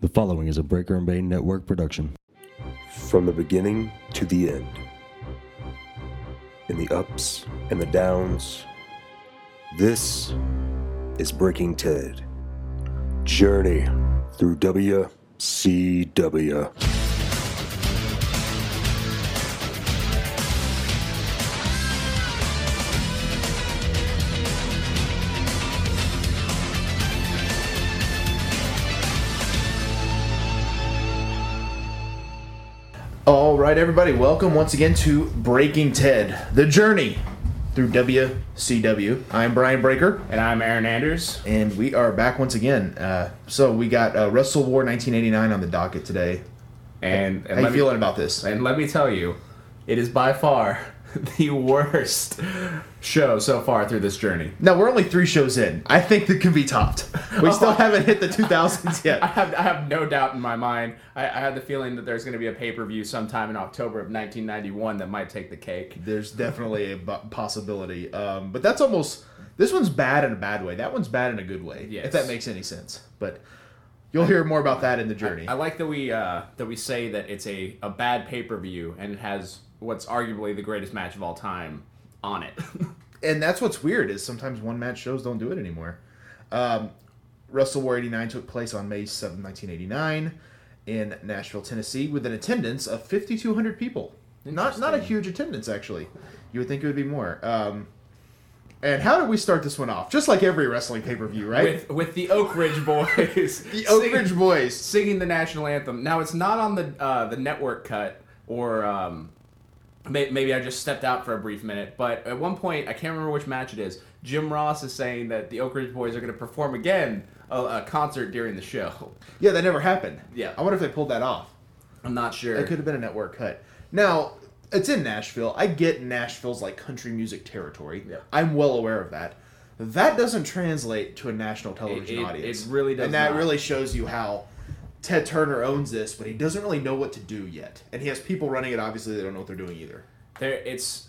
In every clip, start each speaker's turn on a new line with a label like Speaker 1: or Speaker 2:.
Speaker 1: The following is a Breaker and Bane Network production.
Speaker 2: from the beginning to the end. In the ups and the downs. This is Breaking Ted. Journey through WCW.
Speaker 3: All right, everybody, welcome once again to Breaking Ted, the journey through WCW. I'm Brian Breaker,
Speaker 4: And I'm Aaron Anders.
Speaker 3: and we are back once again. Uh, so we got uh, Wrestle War 1989 on the docket today.
Speaker 4: And, and
Speaker 3: How you
Speaker 4: let me-
Speaker 3: feeling about this?
Speaker 4: and let me tell you, it is by far the worst show so far through this journey.
Speaker 3: Now we're only three shows in. I think that can be topped. We still haven't hit the 2000s
Speaker 4: I
Speaker 3: yet.
Speaker 4: have, I have no doubt in my mind. I, I had the feeling that there's going to be a pay per view sometime in October of 1991 that might take the cake.
Speaker 3: There's definitely a bu- possibility, um, but that's almost this one's bad in a bad way. That one's bad in a good way, if
Speaker 4: Yes.
Speaker 3: that makes any sense. But you'll hear more about that in the journey.
Speaker 4: I like that we uh, that we say that it's a, a bad pay per view and it has what's arguably the greatest match of all time on it.
Speaker 3: and that's what's weird is sometimes one match shows don't do it anymore. Um, Wrestle War 89 took place on May 7, 1989 in Nashville, Tennessee with an attendance of 5200 people. Not not a huge attendance actually. You would think it would be more. Um, and how did we start this one off? Just like every wrestling pay-per-view, right?
Speaker 4: with with the Oak Ridge Boys.
Speaker 3: the Oak
Speaker 4: Sing-
Speaker 3: Ridge Boys.
Speaker 4: singing the national anthem. Now it's not on the uh, the network cut, or um, may- maybe I just stepped out for a brief minute. But at one point, I can't remember which match it is. Jim Ross is saying that the Oak Ridge Boys are going to perform again a, a concert during the show.
Speaker 3: Yeah, that never happened.
Speaker 4: Yeah.
Speaker 3: I wonder if they pulled that off.
Speaker 4: I'm not sure.
Speaker 3: It could have been a network cut. Now, it's in Nashville. I get Nashville's like country music territory.
Speaker 4: Yeah.
Speaker 3: I'm well aware of that. That doesn't translate to a national television
Speaker 4: it-
Speaker 3: audience.
Speaker 4: it really does
Speaker 3: And that
Speaker 4: not.
Speaker 3: really shows you how Ted Turner owns this, but he doesn't really know what to do yet. And he has people running it obviously they don't know what they're doing either.
Speaker 4: there it's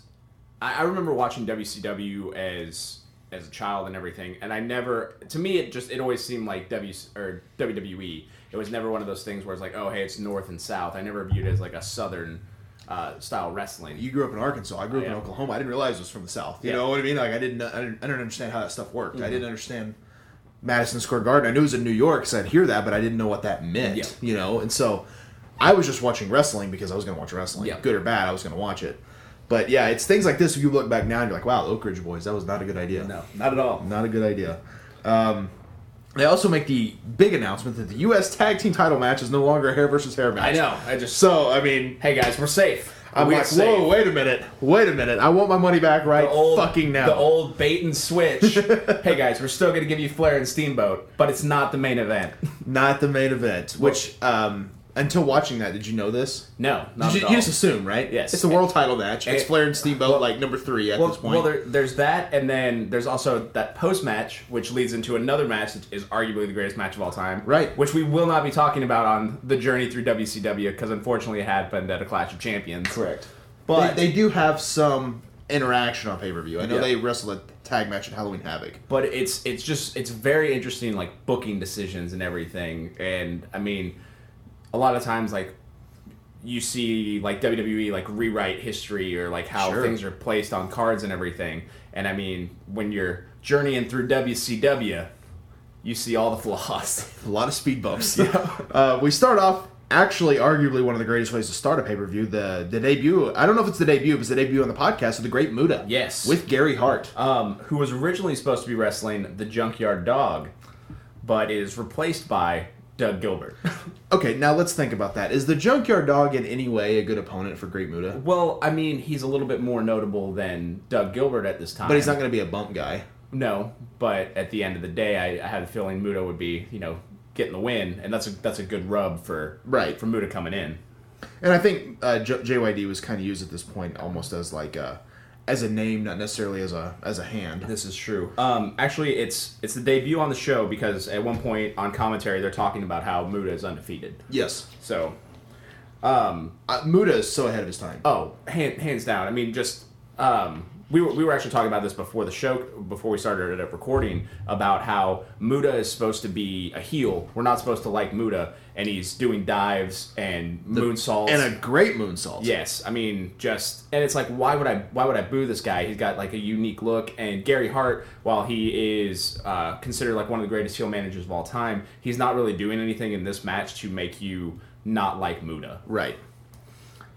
Speaker 4: I, I remember watching WCW as as a child and everything, and I never to me it just it always seemed like W or WWE. It was never one of those things where it's like, oh hey, it's North and South. I never viewed it as like a Southern uh, style wrestling.
Speaker 3: You grew up in Arkansas. I grew up in
Speaker 4: Yeah.
Speaker 3: Oklahoma. I didn't realize it was from the South. You
Speaker 4: Yeah. Mm-hmm.
Speaker 3: know what I mean? Like I didn't, I didn't, I didn't understand how that stuff worked. I didn't understand Madison Square Garden. I knew it was in New York, so I'd hear that, but I didn't know what that meant.
Speaker 4: Yeah.
Speaker 3: You know, and so I was just watching wrestling because I was going to watch wrestling,
Speaker 4: Yeah.
Speaker 3: good or bad. I was going to watch it. But yeah, it's things like this. If you look back now and you're like, "Wow, Oak Ridge Boys, that was not a good idea."
Speaker 4: no, not at all.
Speaker 3: Not a good idea. Um, they also make the big announcement that the U.S. Tag Team Title match is no longer a hair versus hair match.
Speaker 4: I know. I just
Speaker 3: So I mean,
Speaker 4: hey guys, we're safe.
Speaker 3: I'm
Speaker 4: We're
Speaker 3: like,
Speaker 4: safe.
Speaker 3: whoa, wait a minute, wait a minute. I want my money back right
Speaker 4: The old-
Speaker 3: fucking now.
Speaker 4: The old bait and switch. hey guys, we're still gonna give you Flair and Steamboat, but it's not the main event.
Speaker 3: Not the main event, which, um, until watching that, did you know this?
Speaker 4: No, not
Speaker 3: Did you,
Speaker 4: at all.
Speaker 3: you just assume, right?
Speaker 4: Yes.
Speaker 3: It's the world title match. It's
Speaker 4: it-
Speaker 3: Flair and Steamboat, like number three at
Speaker 4: Well,
Speaker 3: this point.
Speaker 4: well there, there's that, and then there's also that post match, which leads into another match that is arguably the greatest match of all time.
Speaker 3: Right.
Speaker 4: Which we will not be talking about on the journey through WCW because unfortunately it happened at a Clash of Champions.
Speaker 3: Correct.
Speaker 4: But-
Speaker 3: they, they do have some interaction on pay per view. I know
Speaker 4: Yeah.
Speaker 3: they wrestled a tag match at Halloween Havoc.
Speaker 4: But it's it's just it's very interesting like booking decisions and everything, and I mean, a lot of times like you see like WWE like rewrite history or like how
Speaker 3: Sure.
Speaker 4: things are placed on cards and everything, and I mean when you're journeying through WCW, you see all the flaws.
Speaker 3: A lot of speed bumps. Uh, we start off actually arguably one of the greatest ways to start a pay-per-view the the debut i don't know if it's the debut but it's the debut on the podcast of the great muda
Speaker 4: Yes.
Speaker 3: with gary hart
Speaker 4: um, who was originally supposed to be wrestling the Junkyard Dog, but is replaced by Doug Gilbert.
Speaker 3: Okay, now let's think about that. Is the Junkyard Dog in any way a good opponent for Great Muda?
Speaker 4: well, I mean, he's a little bit more notable than Doug Gilbert at this time.
Speaker 3: But he's not going to be a bump guy.
Speaker 4: No, but at the end of the day, I, I had a feeling Muda would be, you know, getting the win, and that's a that's a good rub for
Speaker 3: Right.
Speaker 4: for Muda coming in.
Speaker 3: And I think uh, J- JYD was kind of used at this point almost as like a, as a name, not necessarily as a as a hand.
Speaker 4: This is true. Um, actually, it's it's the debut on the show because at one point on commentary they're talking about how Muda is undefeated.
Speaker 3: Yes,
Speaker 4: So
Speaker 3: uh, Muda is so ahead of his time.
Speaker 4: Oh, hand, hands down. I mean, just um, we were, we were actually talking about this before the show, before we started it up recording, about how Muda is supposed to be a heel. We're not supposed to like Muda, and he's doing dives and moonsaults.
Speaker 3: and a great moonsault.
Speaker 4: yes, I mean just, and it's like why would I why would I boo this guy? He's got like a unique look, and Gary Hart, while he is uh, considered like one of the greatest heel managers of all time, he's not really doing anything in this match to make you not like Muda.
Speaker 3: Right.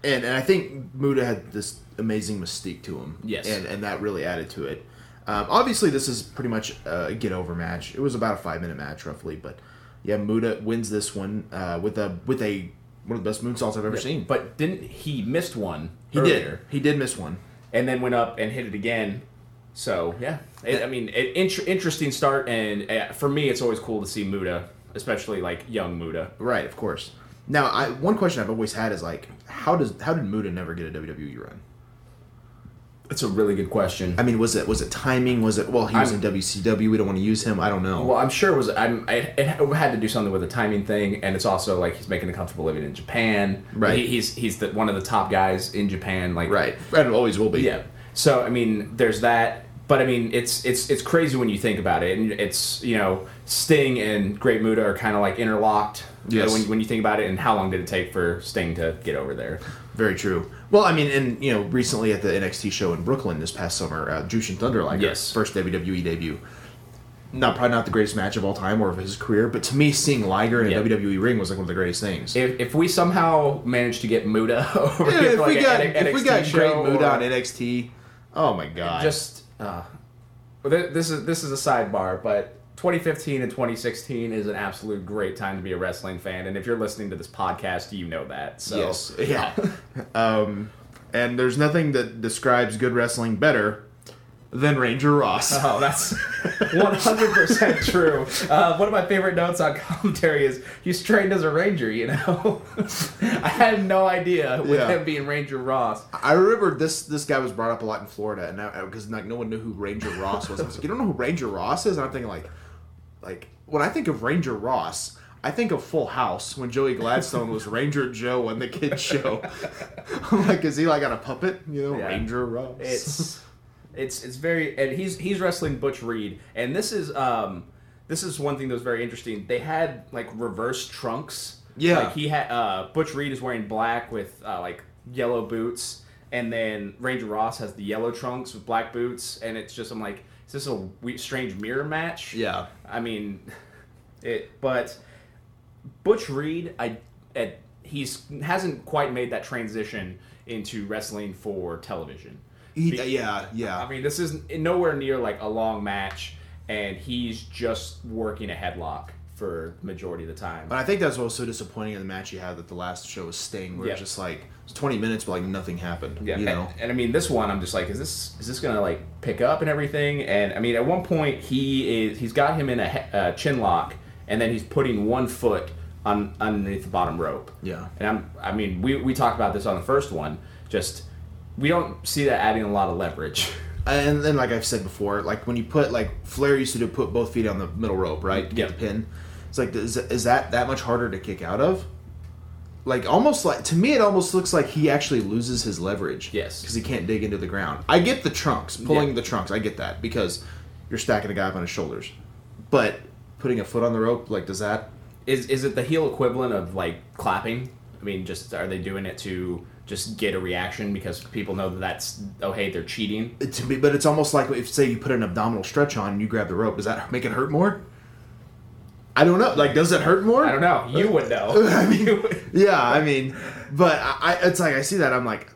Speaker 3: And, and I think Muda had this amazing mystique to him.
Speaker 4: Yes.
Speaker 3: And, and that really added to it. Um, obviously, this is pretty much a get over match. It was about a five minute match, roughly. But yeah, Muda wins this one uh, with a with a one of the best moonsaults I've ever seen.
Speaker 4: But didn't he missed one?
Speaker 3: he
Speaker 4: earlier.
Speaker 3: did. He did miss one.
Speaker 4: and then went up and hit it again. So yeah, it, I mean, it, int- interesting start, and uh, for me, it's always cool to see Muda, especially like young Muda.
Speaker 3: Right, of course. Now, I one question I've always had is like, how does how did Muda never get a WWE run?
Speaker 4: That's a really good question.
Speaker 3: I mean, was it was it timing? Was it well he was
Speaker 4: I'm-
Speaker 3: in WCW? We don't want to use him. I don't know.
Speaker 4: Well, I'm sure it was. I'm, I, it had to do something with the timing thing, and it's also like he's making a comfortable living in Japan.
Speaker 3: Right.
Speaker 4: He, he's he's the, one of the top guys in Japan. Like
Speaker 3: right, and always will be.
Speaker 4: Yeah. So I mean, there's that, but I mean, it's it's it's crazy when you think about it, and it's you know, Sting and Great Muda are kind of like interlocked.
Speaker 3: Yes.
Speaker 4: When, when you think about it, and how long did it take for Sting to get over there?
Speaker 3: Very true. Well, I mean, and you know, recently at the NXT show in Brooklyn this past summer, uh, Jushin Thunder Liger,
Speaker 4: Yes.
Speaker 3: first WWE debut. Not probably not the greatest match of all time or of his career, but to me, seeing Liger in a
Speaker 4: Yeah.
Speaker 3: WWE ring was like one of the greatest things.
Speaker 4: If, if we somehow manage to get Muda over
Speaker 3: Yeah,
Speaker 4: here,
Speaker 3: if,
Speaker 4: for, like
Speaker 3: we
Speaker 4: a
Speaker 3: got,
Speaker 4: N-
Speaker 3: if we
Speaker 4: NXT
Speaker 3: got great
Speaker 4: show
Speaker 3: mood
Speaker 4: or
Speaker 3: on NXT, oh my god,
Speaker 4: just uh, well, th- this is this is a sidebar, but. 2015 and 2016 is an absolute great time to be a wrestling fan, and if you're listening to this podcast, you know that. So
Speaker 3: yes, yeah. um, and there's nothing that describes good wrestling better than Ranger Ross.
Speaker 4: Oh, that's 100% true. Uh, one of my favorite notes on commentary is he's trained as a ranger, you know? I had no idea with
Speaker 3: Yeah.
Speaker 4: him being Ranger Ross.
Speaker 3: I remember this this guy was brought up a lot in Florida, and because like no one knew who Ranger Ross was. I was like, you don't know who Ranger Ross is? And I'm thinking like, like when I think of Ranger Ross, I think of Full House when Joey Gladstone was Ranger Joe on the kids show. I'm like, is he like on a puppet? You know,
Speaker 4: Yeah.
Speaker 3: Ranger Ross.
Speaker 4: It's it's it's very and he's he's wrestling Butch Reed, and this is um this is one thing that was very interesting. They had like reverse trunks.
Speaker 3: Yeah.
Speaker 4: like he had uh, Butch Reed is wearing black with uh, like yellow boots, and then Ranger Ross has the yellow trunks with black boots, and it's just I'm like, is this a we strange mirror match?
Speaker 3: Yeah.
Speaker 4: I mean, it but. Butch Reed, I at, he's hasn't quite made that transition into wrestling for television.
Speaker 3: He-
Speaker 4: Be-
Speaker 3: yeah, yeah.
Speaker 4: I mean, this is nowhere near like a long match, and he's just working a headlock for the majority of the time.
Speaker 3: but I think that's what was so disappointing in the match he had that the last show was Sting, where
Speaker 4: Yeah.
Speaker 3: it's just like it's 20 minutes, but like nothing happened.
Speaker 4: Yeah,
Speaker 3: you
Speaker 4: and,
Speaker 3: know.
Speaker 4: and I mean this one, I'm just like, is this is this gonna like pick up and everything? And I mean, at one point he is he's got him in a he- uh, chin lock, and then he's putting one foot on underneath the bottom rope.
Speaker 3: Yeah.
Speaker 4: and I'm I mean we we talked about this on the first one. Just we don't see that adding a lot of leverage.
Speaker 3: And then, like I've said before, like when you put like Flair used to do, put both feet on the middle rope, right, to get
Speaker 4: Yeah.
Speaker 3: the pin. It's like, is, is that that much harder to kick out of? Like almost like to me, it almost looks like he actually loses his leverage.
Speaker 4: Yes.
Speaker 3: because he can't dig into the ground. I get the trunks pulling
Speaker 4: Yeah.
Speaker 3: the trunks. I get that because you're stacking a guy up on his shoulders, but putting a foot on the rope, like, does that?
Speaker 4: Is is it the heel equivalent of like clapping? I mean, just are they doing it to just get a reaction because people know that that's oh hey they're cheating?
Speaker 3: it- To me, but it's almost like if say you put an abdominal stretch on, and you grab the rope. Does that make it hurt more? I don't know. Like, does it hurt more?
Speaker 4: I don't know. You would know.
Speaker 3: I mean,
Speaker 4: You would-
Speaker 3: yeah, I mean, but I, I, it's like I see that I'm like,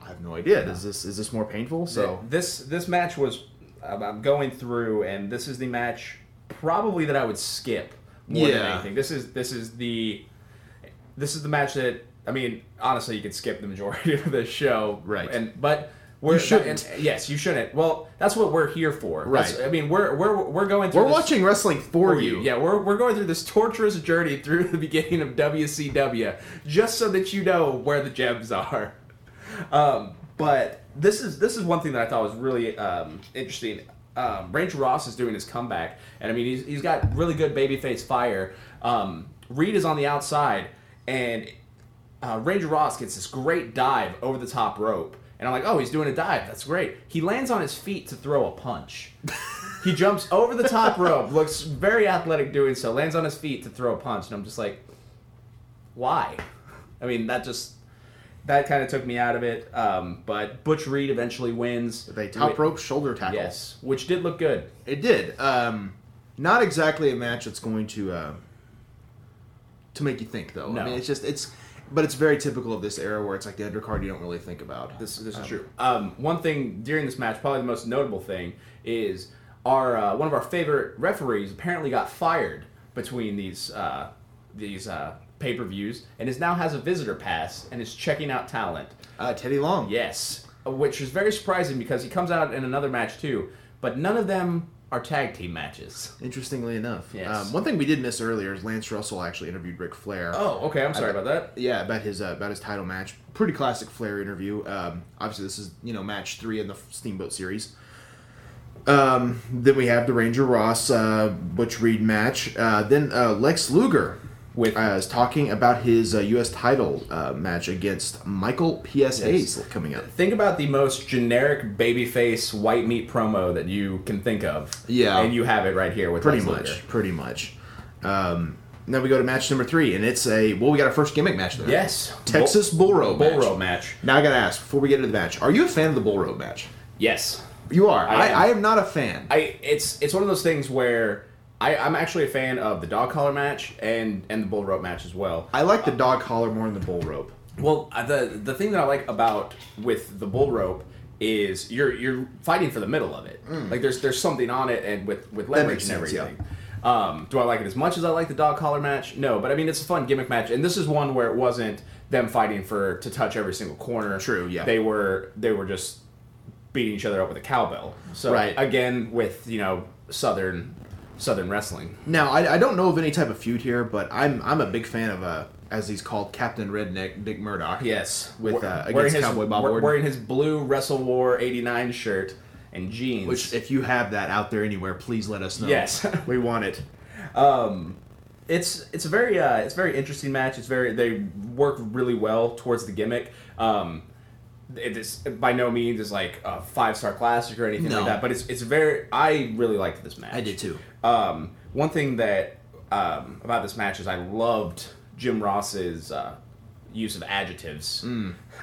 Speaker 3: I have no idea. Is this is this more painful? So
Speaker 4: this this match was I'm I'm going through, and this is the match probably that I would skip more than
Speaker 3: Yeah.
Speaker 4: anything. This is this is the this is the match that I mean, honestly, you could skip the majority of the show,
Speaker 3: Right.
Speaker 4: And but we're
Speaker 3: You shouldn't.
Speaker 4: and- yes, you shouldn't. Well, that's what we're here for, That's-
Speaker 3: Right.
Speaker 4: I mean, we're we're we're going through
Speaker 3: we're
Speaker 4: this-
Speaker 3: watching wrestling for you.
Speaker 4: Yeah, we're, we're going through this torturous journey through the beginning of WCW just so that you know where the gems are. Um, but this is this is one thing that I thought was really um, interesting. Um, Ranger Ross is doing his comeback, and I mean he's, he's got really good babyface fire. Um, Reed is on the outside, and uh, Ranger Ross gets this great dive over the top rope, And I'm like, oh, he's doing a dive. That's great. He lands on his feet to throw a punch. he jumps over the top rope, looks very athletic doing so, lands on his feet to throw a punch. And I'm just like, why? I mean, that just. That kind of took me out of it, um, but Butch Reed eventually wins.
Speaker 3: They top rope shoulder tackle.
Speaker 4: yes, which did look good.
Speaker 3: It did. Um, not exactly a match that's going to uh, to make you think, though.
Speaker 4: No.
Speaker 3: I mean, it's just it's, but it's very typical of this era where it's like the undercard you don't really think about.
Speaker 4: This, this is
Speaker 3: Um,
Speaker 4: true. Um, one thing during this match, probably the most notable thing, is our uh, one of our favorite referees apparently got fired between these uh, these uh, pay per views, and is now has a visitor pass and is checking out talent.
Speaker 3: Uh, Teddy Long.
Speaker 4: Yes, which is very surprising because he comes out in another match too, but none of them are tag team matches.
Speaker 3: Interestingly enough,
Speaker 4: Yes.
Speaker 3: um, one thing we did miss earlier is Lance Russell actually interviewed Ric Flair.
Speaker 4: Oh, okay. I'm sorry about that.
Speaker 3: Yeah, about his uh, about his title match. Pretty classic Flair interview. Um, obviously, this is you know match three in the Steamboat series. Um, then we have the Ranger Ross uh, Butch Reed match. Uh, then uh, Lex Luger
Speaker 4: With-
Speaker 3: uh, is talking about his uh, U.S. title uh, match against Michael P.S. Hayes coming up.
Speaker 4: Think about the most generic babyface white meat promo that you can think of.
Speaker 3: Yeah.
Speaker 4: and you have it right here with
Speaker 3: Pretty
Speaker 4: Lex
Speaker 3: much,
Speaker 4: Luger.
Speaker 3: pretty much. Um, now we go to match number three, and it's a well, we got our first gimmick match. There.
Speaker 4: Yes.
Speaker 3: Texas Bull Rope.
Speaker 4: Bull
Speaker 3: match.
Speaker 4: Rope match.
Speaker 3: Now I gotta ask before we get into the match: Are you a fan of the Bull Rope match?
Speaker 4: Yes.
Speaker 3: You are.
Speaker 4: I
Speaker 3: I,
Speaker 4: am.
Speaker 3: I am not a fan.
Speaker 4: I it's it's one of those things where I, I'm actually a fan of the dog collar match and and the bull rope match as well.
Speaker 3: I like the dog collar more than the bull rope.
Speaker 4: Well, uh, the the thing that I like about with the bull rope is you're you're fighting for the middle of it. Like there's there's something on it and with with leverage
Speaker 3: Mm. makes
Speaker 4: and
Speaker 3: sense, yeah.
Speaker 4: everything. Um, do I like it as much as I like the dog collar match? No, but I mean it's a fun gimmick match, and this is one where it wasn't them fighting for to touch every single corner.
Speaker 3: True, yeah.
Speaker 4: They were they were just beating each other up with a cowbell. So
Speaker 3: Right.
Speaker 4: again with you know southern southern wrestling.
Speaker 3: Now, I, I don't know of any type of feud here, but I'm I'm a big fan of uh, as he's called, Captain Redneck Dick Murdoch.
Speaker 4: Yes,
Speaker 3: with uh,
Speaker 4: Wearing
Speaker 3: against
Speaker 4: his-
Speaker 3: Cowboy Bob
Speaker 4: wear-
Speaker 3: Orton.
Speaker 4: wearing his blue Wrestle War '89 shirt and jeans.
Speaker 3: which, uh, if you have that out there anywhere, please let us know.
Speaker 4: Yes.
Speaker 3: we want it.
Speaker 4: it's it's a very uh, it's a very interesting match. It's very they work really well towards the gimmick. Um, it is by no means is like a five star classic or anything
Speaker 3: No.
Speaker 4: like that, but it's it's very I really liked this match.
Speaker 3: I did too.
Speaker 4: Um, one thing that um, about this match is I loved Jim Ross's uh, use of adjectives.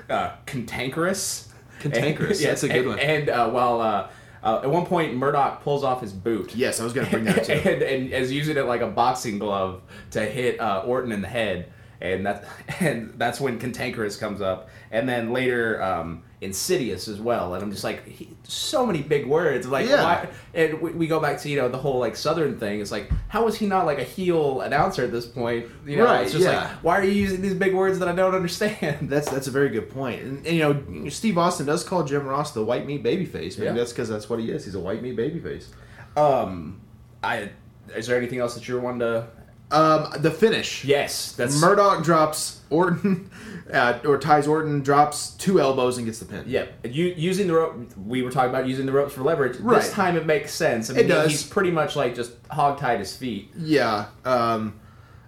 Speaker 4: Uh, cantankerous.
Speaker 3: Mm. Cantankerous,
Speaker 4: And-
Speaker 3: that's a good
Speaker 4: and-
Speaker 3: one.
Speaker 4: And uh, while uh, uh, at one point Murdoch pulls off his boot.
Speaker 3: Yes, I was gonna bring that too.
Speaker 4: and, and as using it like a boxing glove to hit uh, Orton in the head, and that and that's when Cantankerous comes up, and then later um, Insidious as well. And I'm just like, he, so many big words. Like,
Speaker 3: Yeah.
Speaker 4: why? And we, we go back to you know the whole like Southern thing. It's like, how is he not like a heel announcer at this point? You know,
Speaker 3: Right,
Speaker 4: it's just
Speaker 3: yeah.
Speaker 4: like, why are you using these big words that I don't understand?
Speaker 3: That's that's a very good point. And, and, you know, Steve Austin does call Jim Ross the white meat babyface. Maybe
Speaker 4: Yeah.
Speaker 3: that's because that's what he is. He's a white meat babyface.
Speaker 4: Um, I is there anything else that you're wanting to?
Speaker 3: Um, the finish.
Speaker 4: Yes, that's
Speaker 3: Murdoch drops Orton, uh, or ties Orton, drops two elbows and gets the pin.
Speaker 4: Yeah, you, using the rope. We were talking about using the ropes for leverage.
Speaker 3: Right.
Speaker 4: This time it makes sense. I mean,
Speaker 3: It does.
Speaker 4: He's pretty much like just hog tied his feet.
Speaker 3: Yeah. Um,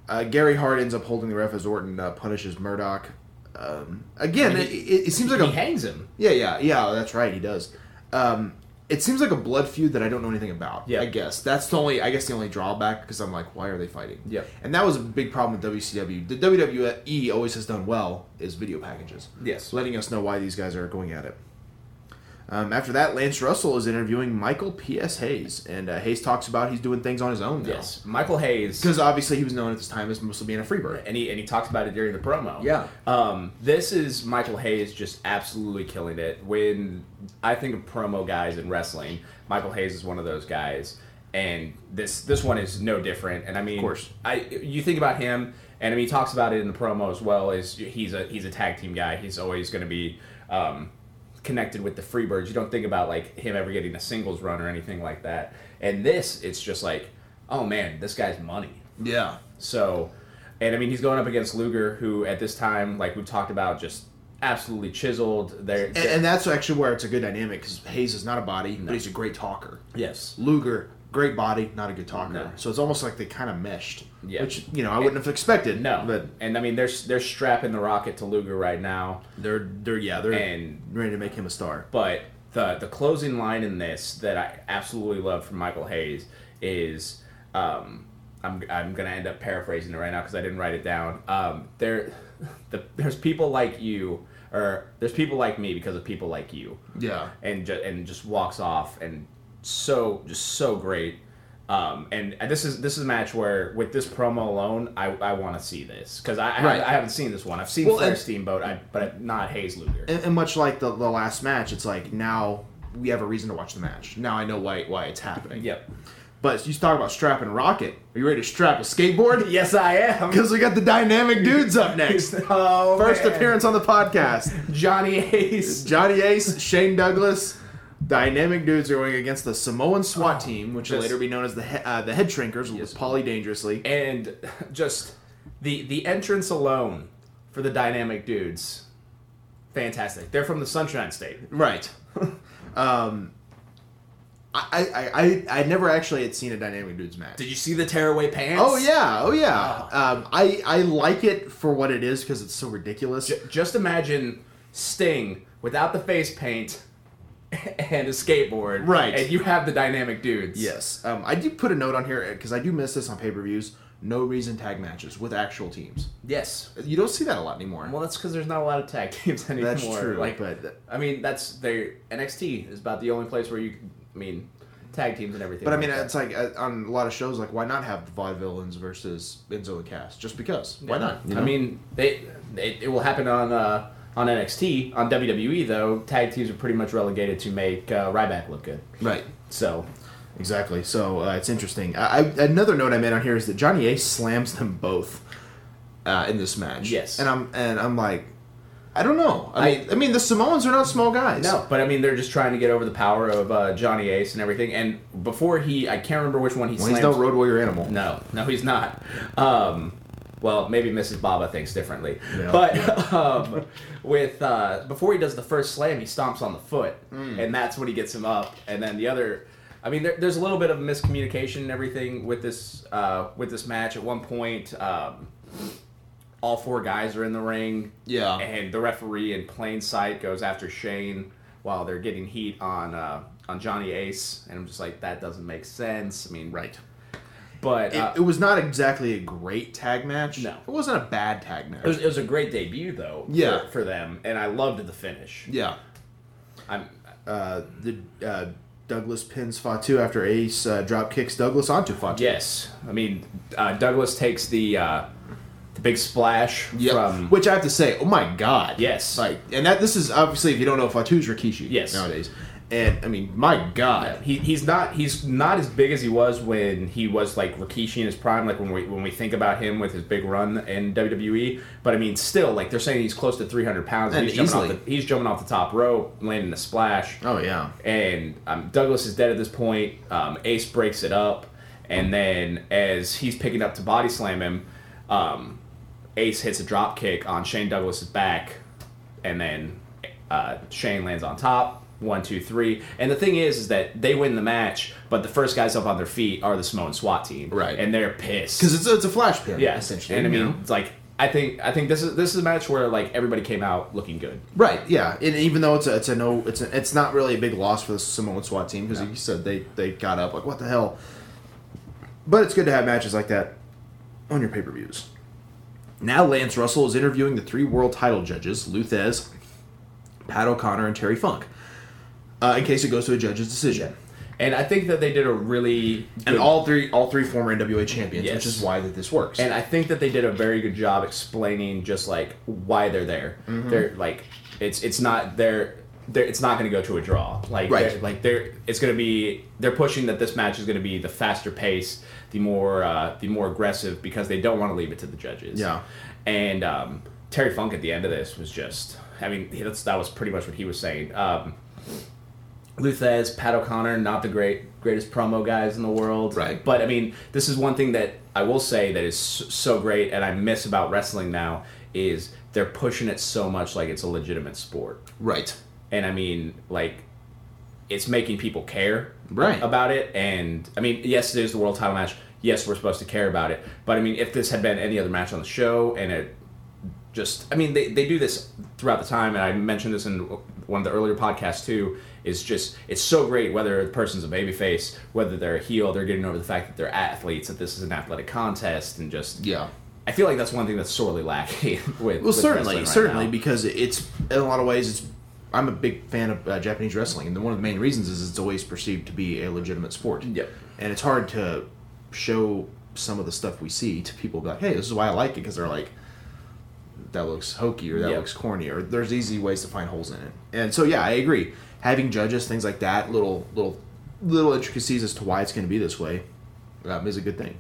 Speaker 3: uh, Gary Hart ends up holding the ref as Orton uh, punishes Murdoch. Um, again, it, it, it seems like
Speaker 4: he
Speaker 3: a
Speaker 4: hangs him.
Speaker 3: yeah, yeah, yeah. That's right. He does. Um, it seems like a blood feud that I don't know anything about.
Speaker 4: Yeah.
Speaker 3: I guess that's the only I guess the only drawback because I'm like, why are they fighting?
Speaker 4: Yeah.
Speaker 3: And that was a big problem with WCW. The WWE always has done well is video packages.
Speaker 4: Yes.
Speaker 3: Letting us know why these guys are going at it. Um, after that, Lance Russell is interviewing Michael P.S. Hayes, and uh, Hayes talks about he's doing things on his own now.
Speaker 4: Yes, Michael Hayes.
Speaker 3: Because obviously he was known at this time as mostly being a free bird.
Speaker 4: and he and he talks about it during the promo.
Speaker 3: Yeah.
Speaker 4: Um, this is Michael Hayes just absolutely killing it. When I think of promo guys in wrestling, Michael Hayes is one of those guys, and this this one is no different. And I mean, of
Speaker 3: course.
Speaker 4: I you think about him, and I mean, he talks about it in the promo as well. Is he's a he's a tag team guy. He's always going to be. Um, connected with the freebirds you don't think about like him ever getting a singles run or anything like that and this it's just like oh man this guy's money
Speaker 3: Yeah.
Speaker 4: so, and I mean, he's going up against Luger, who at this time, like we talked about, just absolutely chiseled. There,
Speaker 3: And, and that's actually where it's a good dynamic because Hayes is not a body, but he's a great talker.
Speaker 4: yes,
Speaker 3: Luger, great body, not a good talker.
Speaker 4: No.
Speaker 3: So it's almost like they kind of meshed,
Speaker 4: Yeah.
Speaker 3: which you know I wouldn't have expected.
Speaker 4: No,
Speaker 3: but
Speaker 4: and I mean they're they're strapping the rocket to Luger right now,
Speaker 3: they're they're yeah they're
Speaker 4: and
Speaker 3: ready to make him a star.
Speaker 4: but the the closing line in this that I absolutely love from Michael Hayes is um, I'm I'm gonna end up paraphrasing it right now because I didn't write it down. Um, there, the, there's people like you, or there's people like me because of people like you,
Speaker 3: Yeah,
Speaker 4: and ju- and just walks off and so just so great. Um, and and this is this is a match where with this promo alone, I, I want to see this because I I,
Speaker 3: Right.
Speaker 4: haven't, I haven't seen this one. I've seen
Speaker 3: Well,
Speaker 4: Flair
Speaker 3: and-
Speaker 4: Steamboat, I, but not Hayes Luger.
Speaker 3: and, and much like the, the last match, it's like now we have a reason to watch the match. Now I know why why it's happening.
Speaker 4: yep.
Speaker 3: But you talk about strapping rocket. Are you ready to strap a skateboard?
Speaker 4: Yes, I am.
Speaker 3: Because we got the dynamic dudes up next.
Speaker 4: Oh,
Speaker 3: First
Speaker 4: man.
Speaker 3: appearance on the podcast.
Speaker 4: Johnny Ace.
Speaker 3: Johnny Ace, Shane Douglas, dynamic dudes are going against the Samoan SWAT team, which will
Speaker 4: this-
Speaker 3: later be known as the he- uh, the Head Shrinkers with Polly Dangerously.
Speaker 4: And just the the entrance alone for the dynamic dudes. Fantastic. They're from the Sunshine State.
Speaker 3: Right. um, I, I, I, I never actually had seen a dynamic dudes match.
Speaker 4: Did you see the tearaway pants?
Speaker 3: Oh yeah, oh yeah. Um, I I like it for what it is because it's so ridiculous.
Speaker 4: J- just imagine Sting without the face paint and a skateboard.
Speaker 3: Right.
Speaker 4: And you have the dynamic dudes.
Speaker 3: Yes, um, I do put a note on here because I do miss this on pay per views. No reason tag matches with actual teams.
Speaker 4: Yes.
Speaker 3: You don't see that a lot anymore.
Speaker 4: Well, that's because there's not a lot of tag teams anymore.
Speaker 3: That's true,
Speaker 4: Like,
Speaker 3: but-
Speaker 4: I mean, that's their NXT is about the only place where you, I mean, tag teams and everything.
Speaker 3: But I mean,
Speaker 4: like that.
Speaker 3: it's like uh, on a lot of shows, like why not have the Vaudevillains versus Enzo and Cass? Just because? Why not?
Speaker 4: I mean, they, it, it will happen on uh, on NXT. On WWE, though, tag teams are pretty much relegated to make uh, Ryback look good.
Speaker 3: right?
Speaker 4: So,
Speaker 3: Exactly. So uh, it's interesting. I, I, another note I made on here is that Johnny Ace slams them both uh, in this match.
Speaker 4: Yes.
Speaker 3: and I'm and I'm like, I don't know. I, mean, I mean, the Samoans are not small guys.
Speaker 4: no, but I mean, they're just trying to get over the power of uh, Johnny Ace and everything. And before he, I can't remember which one he
Speaker 3: well,
Speaker 4: slams.
Speaker 3: he's no road warrior animal.
Speaker 4: No, no, he's not. Um, well, maybe Mrs. Baba thinks differently.
Speaker 3: Yeah.
Speaker 4: But um, with uh, before he does the first slam, he stomps on the foot,
Speaker 3: Hmm.
Speaker 4: and that's when he gets him up. And then the other, I mean, there, there's a little bit of miscommunication and everything with this uh, with this match. At one point, um, all four guys are in the ring.
Speaker 3: Yeah.
Speaker 4: and the referee in plain sight goes after Shane while they're getting heat on uh, on Johnny Ace, and I'm just like, that doesn't make sense. I mean, right. But
Speaker 3: It,
Speaker 4: uh,
Speaker 3: it was not exactly a great tag match.
Speaker 4: No.
Speaker 3: it wasn't a bad tag match.
Speaker 4: It was, it was a great debut though. for-
Speaker 3: Yeah.
Speaker 4: For, them, and I loved the finish.
Speaker 3: yeah.
Speaker 4: I'm
Speaker 3: uh, the uh, Douglas pins Fatu after Ace uh, drop kicks Douglas onto Fatu.
Speaker 4: yes. I mean, uh, Douglas takes the uh, the big splash
Speaker 3: Yeah.
Speaker 4: from
Speaker 3: Which I have to say, oh my god.
Speaker 4: Yes.
Speaker 3: Like, and that this is obviously if you don't know Fatu's Rikishi.
Speaker 4: Yes.
Speaker 3: Nowadays, and I mean, my god.
Speaker 4: He, he's not he's not as big as he was when he was like Rikishi in his prime like when we when we think about him with his big run in WWE but I mean still like they're saying he's close to 300 pounds
Speaker 3: And
Speaker 4: he's jumping, off
Speaker 3: easily.
Speaker 4: the, he's jumping off the top rope landing a splash
Speaker 3: Oh yeah.
Speaker 4: and um, Douglas is dead at this point. Um, Ace breaks it up, and then as he's picking up to body slam him, um, Ace hits a drop kick on Shane Douglas's back, and then uh, Shane lands on top. One, two, three. And the thing is, is that they win the match, but the first guys up on their feet are the Samoan SWAT team,
Speaker 3: Right.
Speaker 4: And they're pissed
Speaker 3: Because it's a, it's a flash pin.
Speaker 4: yeah,
Speaker 3: Essentially.
Speaker 4: And I
Speaker 3: you
Speaker 4: mean,
Speaker 3: know?
Speaker 4: it's like I think I think this is this is a match where like everybody came out looking good.
Speaker 3: Right. Yeah. And even though it's a, it's a no, it's a, it's not really a big loss for the Samoan SWAT team because like you said they they got up like what the hell. But it's good to have matches like that on your pay per views. Now Lance Russell is interviewing the three world title judges: Luthez, Pat O'Connor, and Terry Funk. Uh, in case it goes to a judge's decision,
Speaker 4: And I think that they did a really
Speaker 3: and
Speaker 4: good
Speaker 3: all three all three former NWA champions,
Speaker 4: Yes.
Speaker 3: which is why that this works.
Speaker 4: And I think that they did a very good job explaining just like why they're there.
Speaker 3: Mm-hmm.
Speaker 4: They're like it's it's not they're, they're it's not going to go to a draw. Like
Speaker 3: Right.
Speaker 4: they're, like they're it's going to be they're pushing that this match is going to be the faster pace, the more uh, the more aggressive because they don't want to leave it to the judges.
Speaker 3: Yeah.
Speaker 4: And um, Terry Funk at the end of this was just I mean he- that's that was pretty much what he was saying. Um, Luthez, Pat O'Connor, not the great greatest promo guys in the world.
Speaker 3: Right.
Speaker 4: But I mean, this is one thing that I will say that is s- so great, and I miss about wrestling now is they're pushing it so much like it's a legitimate sport,
Speaker 3: right.
Speaker 4: and I mean like it's making people care.
Speaker 3: Right.
Speaker 4: about it. And I mean, yes, it is the world title match. Yes, we're supposed to care about it. But I mean, if this had been any other match on the show, and it just, I mean, they, they do this throughout the time, and I mentioned this in one of the earlier podcasts too. Is just it's so great whether the person's a babyface, whether they're a heel, they're getting over the fact that they're athletes, that this is an athletic contest, and just
Speaker 3: Yeah.
Speaker 4: I feel like that's one thing that's sorely lacking with
Speaker 3: Well, certainly, certainly, because it's in a lot of ways, it's. I'm a big fan of uh, Japanese wrestling, and one of the main reasons is it's always perceived to be a legitimate sport.
Speaker 4: Yep.
Speaker 3: And it's hard to show some of the stuff we see to people. Be like, hey, this is why I like it, because they're like, that looks hokey, or that
Speaker 4: Yep.
Speaker 3: looks corny, or there's easy ways to find holes in it. And so, yeah, I agree. Having judges, things like that, little little little intricacies as to why it's going to be this way, um, is a good thing.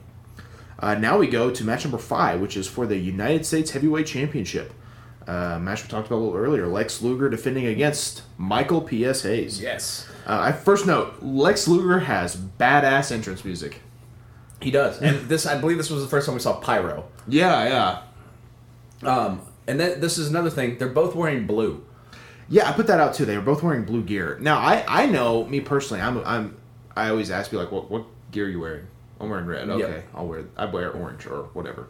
Speaker 3: Uh, now we go to match number five, which is for the United States Heavyweight Championship. Uh, match we talked about a little earlier. Lex Luger defending against Michael P.S. Hayes.
Speaker 4: yes,
Speaker 3: Uh, I first note Lex Luger has badass entrance music.
Speaker 4: he does. And this, I believe, this was the first time we saw pyro.
Speaker 3: Yeah, yeah,
Speaker 4: Um, and then this is another thing. They're both wearing blue.
Speaker 3: yeah. I put that out too. They were both wearing blue gear. Now I, I know me personally. I'm I'm I always ask you like what what gear are you wearing? I'm wearing red. Okay, I'll wear I wear orange or whatever.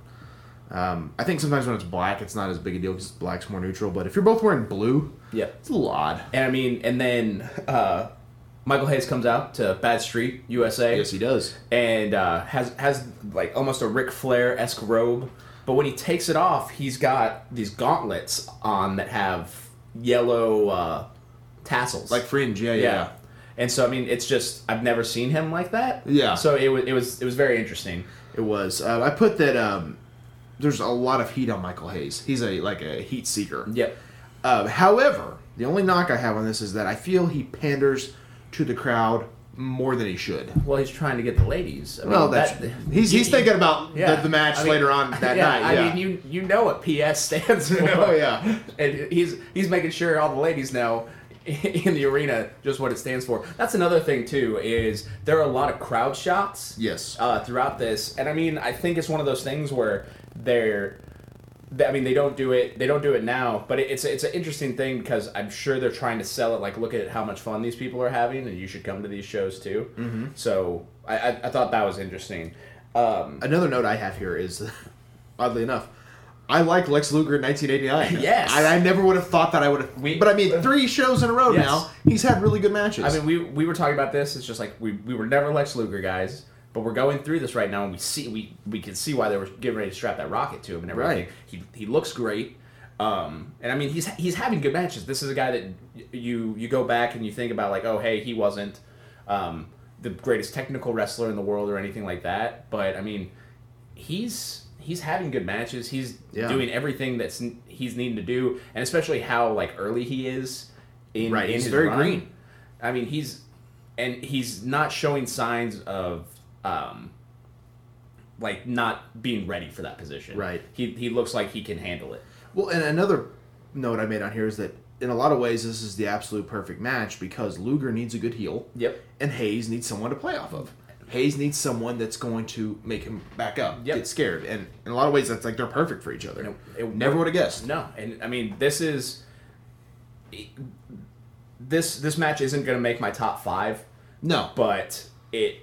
Speaker 3: Um, I think sometimes when it's black, it's not as big a deal because black's more neutral. But if you're both wearing blue,
Speaker 4: Yep.
Speaker 3: it's a little odd.
Speaker 4: And I mean, and then uh, Michael Hayes comes out to Bad Street, USA,
Speaker 3: Yes, he does.
Speaker 4: and uh, has has like almost a Ric Flair esque robe. But when he takes it off, he's got these gauntlets on that have yellow uh, tassels,
Speaker 3: Like fringe, yeah, yeah.
Speaker 4: yeah. And so I mean, it's just I've never seen him like that.
Speaker 3: Yeah.
Speaker 4: So it was it was it was very interesting.
Speaker 3: It was. Uh, I put that um, there's a lot of heat on Michael Hayes. He's a like a heat seeker.
Speaker 4: Yep.
Speaker 3: Uh, however, the only knock I have on this is that I feel he panders to the crowd more than he should.
Speaker 4: Well, he's trying to get the ladies. I mean,
Speaker 3: Well, that's
Speaker 4: that-
Speaker 3: he's, he's thinking about
Speaker 4: Yeah.
Speaker 3: the, the match
Speaker 4: I mean-
Speaker 3: later on that
Speaker 4: yeah,
Speaker 3: night. Yeah.
Speaker 4: I mean, you you know what PS stands for.
Speaker 3: Oh, yeah.
Speaker 4: And he's he's making sure all the ladies know in the arena just what it stands for. That's another thing too is there are a lot of crowd shots.
Speaker 3: Yes.
Speaker 4: Uh, throughout this, and I mean, I think it's one of those things where they're. they- I mean, they don't do it. They don't do it now, but it- it's it's an interesting thing because I'm sure they're trying to sell it. Like, look at how much fun these people are having, and you should come to these shows too. Mm-hmm. So I, I I thought that was interesting. Um,
Speaker 3: Another note I have here is, oddly enough. I like Lex Luger in 1989.
Speaker 4: Yes.
Speaker 3: I, I never would have thought that I would have.
Speaker 4: We-
Speaker 3: But I mean, three shows in a row
Speaker 4: Yes.
Speaker 3: now, he's had really good matches.
Speaker 4: I mean, we we were talking about this. It's just like we, we were never Lex Luger guys, but we're going through this right now, and we see we we can see why they were getting ready to strap that rocket to him and everything.
Speaker 3: Right.
Speaker 4: He he looks great. Um, and I mean, he's he's having good matches. This is a guy that y- you you go back and you think about like, oh hey, he wasn't um, the greatest technical wrestler in the world or anything like that. But I mean, he's he's having good matches. He's
Speaker 3: Yeah.
Speaker 4: doing everything that's n- he's needing to do, and especially how like early he is in,
Speaker 3: Right,
Speaker 4: in
Speaker 3: he's
Speaker 4: his
Speaker 3: very
Speaker 4: run.
Speaker 3: green.
Speaker 4: I mean, he's and he's not showing signs of um like not being ready for that position.
Speaker 3: Right.
Speaker 4: He he looks like he can handle it.
Speaker 3: Well, and another note I made on here is that in a lot of ways, this is the absolute perfect match because Luger needs a good heel.
Speaker 4: Yep.
Speaker 3: And Hayes needs someone to play off of. Hayes needs someone that's going to make him back up,
Speaker 4: Yep.
Speaker 3: get scared. And in a lot of ways, that's like they're perfect for each other.
Speaker 4: No, it-
Speaker 3: Never would have guessed.
Speaker 4: No, and I mean this is this this match isn't going to make my top 5,
Speaker 3: No. But
Speaker 4: but it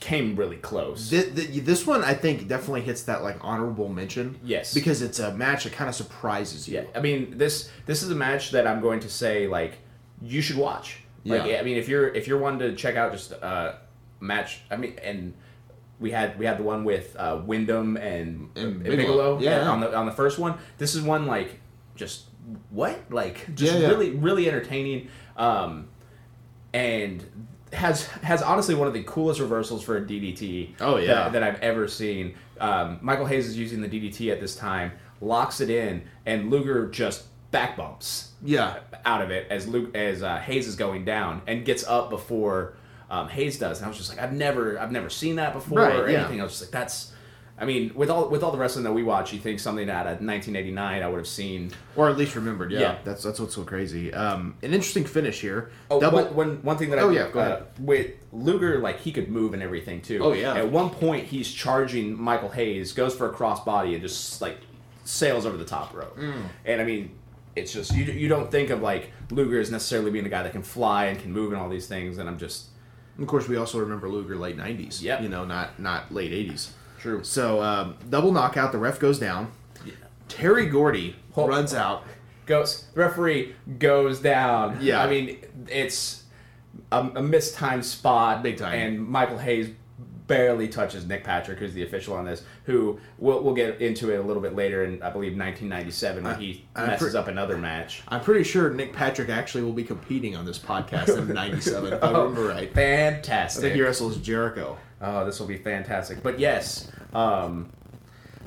Speaker 4: came really close.
Speaker 3: thi- thi- this one, I think, definitely hits that like honorable mention.
Speaker 4: Yes.
Speaker 3: Because it's a match that kind of surprises you.
Speaker 4: Yeah, I mean this this is a match that I'm going to say like you should watch. Like
Speaker 3: Yeah.
Speaker 4: I mean if you're if you're one to check out just uh match I mean and we had we had the one with uh Wyndham and, uh,
Speaker 3: And Bigelow,
Speaker 4: Bigelow,
Speaker 3: yeah.
Speaker 4: on the on the first one. This is one like just what? Like just
Speaker 3: Yeah, yeah.
Speaker 4: really really entertaining um and has has honestly one of the coolest reversals for a DDT
Speaker 3: Oh, yeah.
Speaker 4: that, that I've ever seen. Um, Michael Hayes is using the DDT at this time, locks it in, and Luger just back bumps
Speaker 3: Yeah.
Speaker 4: out of it as Luke as uh, Hayes is going down and gets up before um, Hayes does. And I was just like, I've never I've never seen that before
Speaker 3: Right,
Speaker 4: or
Speaker 3: yeah.
Speaker 4: anything. I was just like, that's. I mean, with all with all the wrestling that we watch, you think something out of 1989 I would have seen.
Speaker 3: Or at least remembered. Yeah.
Speaker 4: Yeah.
Speaker 3: That's that's what's so crazy. Um, an interesting finish here.
Speaker 4: Oh, one, one, one thing that I
Speaker 3: Oh, yeah, go
Speaker 4: uh,
Speaker 3: ahead.
Speaker 4: with Luger, like he could move and everything too.
Speaker 3: Oh, yeah.
Speaker 4: At one point, he's charging Michael Hayes, goes for a crossbody, and just like sails over the top rope.
Speaker 3: Mm.
Speaker 4: And I mean, it's just you, you don't think of like Luger as necessarily being a guy that can fly and can move and all these things. And I'm just
Speaker 3: And of course, we also remember Luger late '90s.
Speaker 4: Yep.
Speaker 3: You know, not not late '80s.
Speaker 4: True.
Speaker 3: So um, double knockout. The ref goes down. Terry Gordy
Speaker 4: Hold-
Speaker 3: runs out.
Speaker 4: goes the referee goes down.
Speaker 3: Yeah.
Speaker 4: I mean it's a, a mistimed spot,
Speaker 3: Big time.
Speaker 4: and Michael Hayes barely touches Nick Patrick, who's the official on this, who we'll, we'll get into it a little bit later in I believe 1997 when he
Speaker 3: I
Speaker 4: messes
Speaker 3: pre-
Speaker 4: up another match.
Speaker 3: I'm pretty sure Nick Patrick actually will be competing on this podcast in '97. if I
Speaker 4: Oh,
Speaker 3: remember right. I
Speaker 4: Fantastic.
Speaker 3: think he wrestles Jericho.
Speaker 4: Oh, this will be fantastic. But yes, um,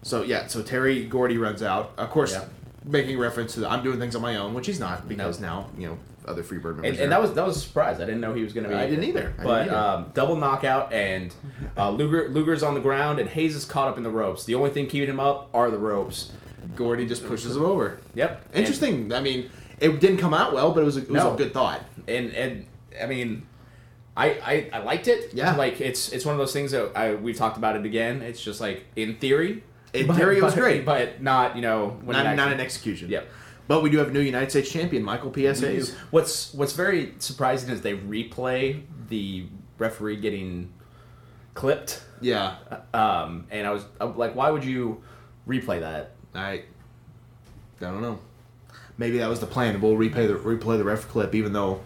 Speaker 3: So yeah, so Terry Gordy runs out. Of course,
Speaker 4: Yeah.
Speaker 3: making reference to the, I'm doing things on my own, which he's not because now you know other Freebird members.
Speaker 4: and,
Speaker 3: are-
Speaker 4: and that was that was a surprise. I didn't know he was going to be.
Speaker 3: I didn't either. I
Speaker 4: But
Speaker 3: didn't either.
Speaker 4: Um, double knockout and uh, Luger Luger's on the ground and Hayes is caught up in the ropes. The only thing keeping him up are the ropes.
Speaker 3: Gordy just pushes him over.
Speaker 4: Yep. And-
Speaker 3: Interesting. I mean, it didn't come out well, but it was a, it was
Speaker 4: No.
Speaker 3: a good thought.
Speaker 4: and and I mean, I, I I liked it.
Speaker 3: Yeah.
Speaker 4: like it's it's one of those things that I we've talked about it again. It's just like in theory,
Speaker 3: In theory, it was
Speaker 4: but-
Speaker 3: great.
Speaker 4: but not you know when
Speaker 3: Not,
Speaker 4: it
Speaker 3: not
Speaker 4: actually-
Speaker 3: an execution.
Speaker 4: Yep.
Speaker 3: But we do have a new United States champion, Michael PSAs.
Speaker 4: What's what's very surprising is they replay the referee getting clipped.
Speaker 3: Yeah.
Speaker 4: Um, and I was I'm like, why would you replay that?
Speaker 3: I, I don't know. Maybe that was the plan. We'll replay the replay the ref clip, even though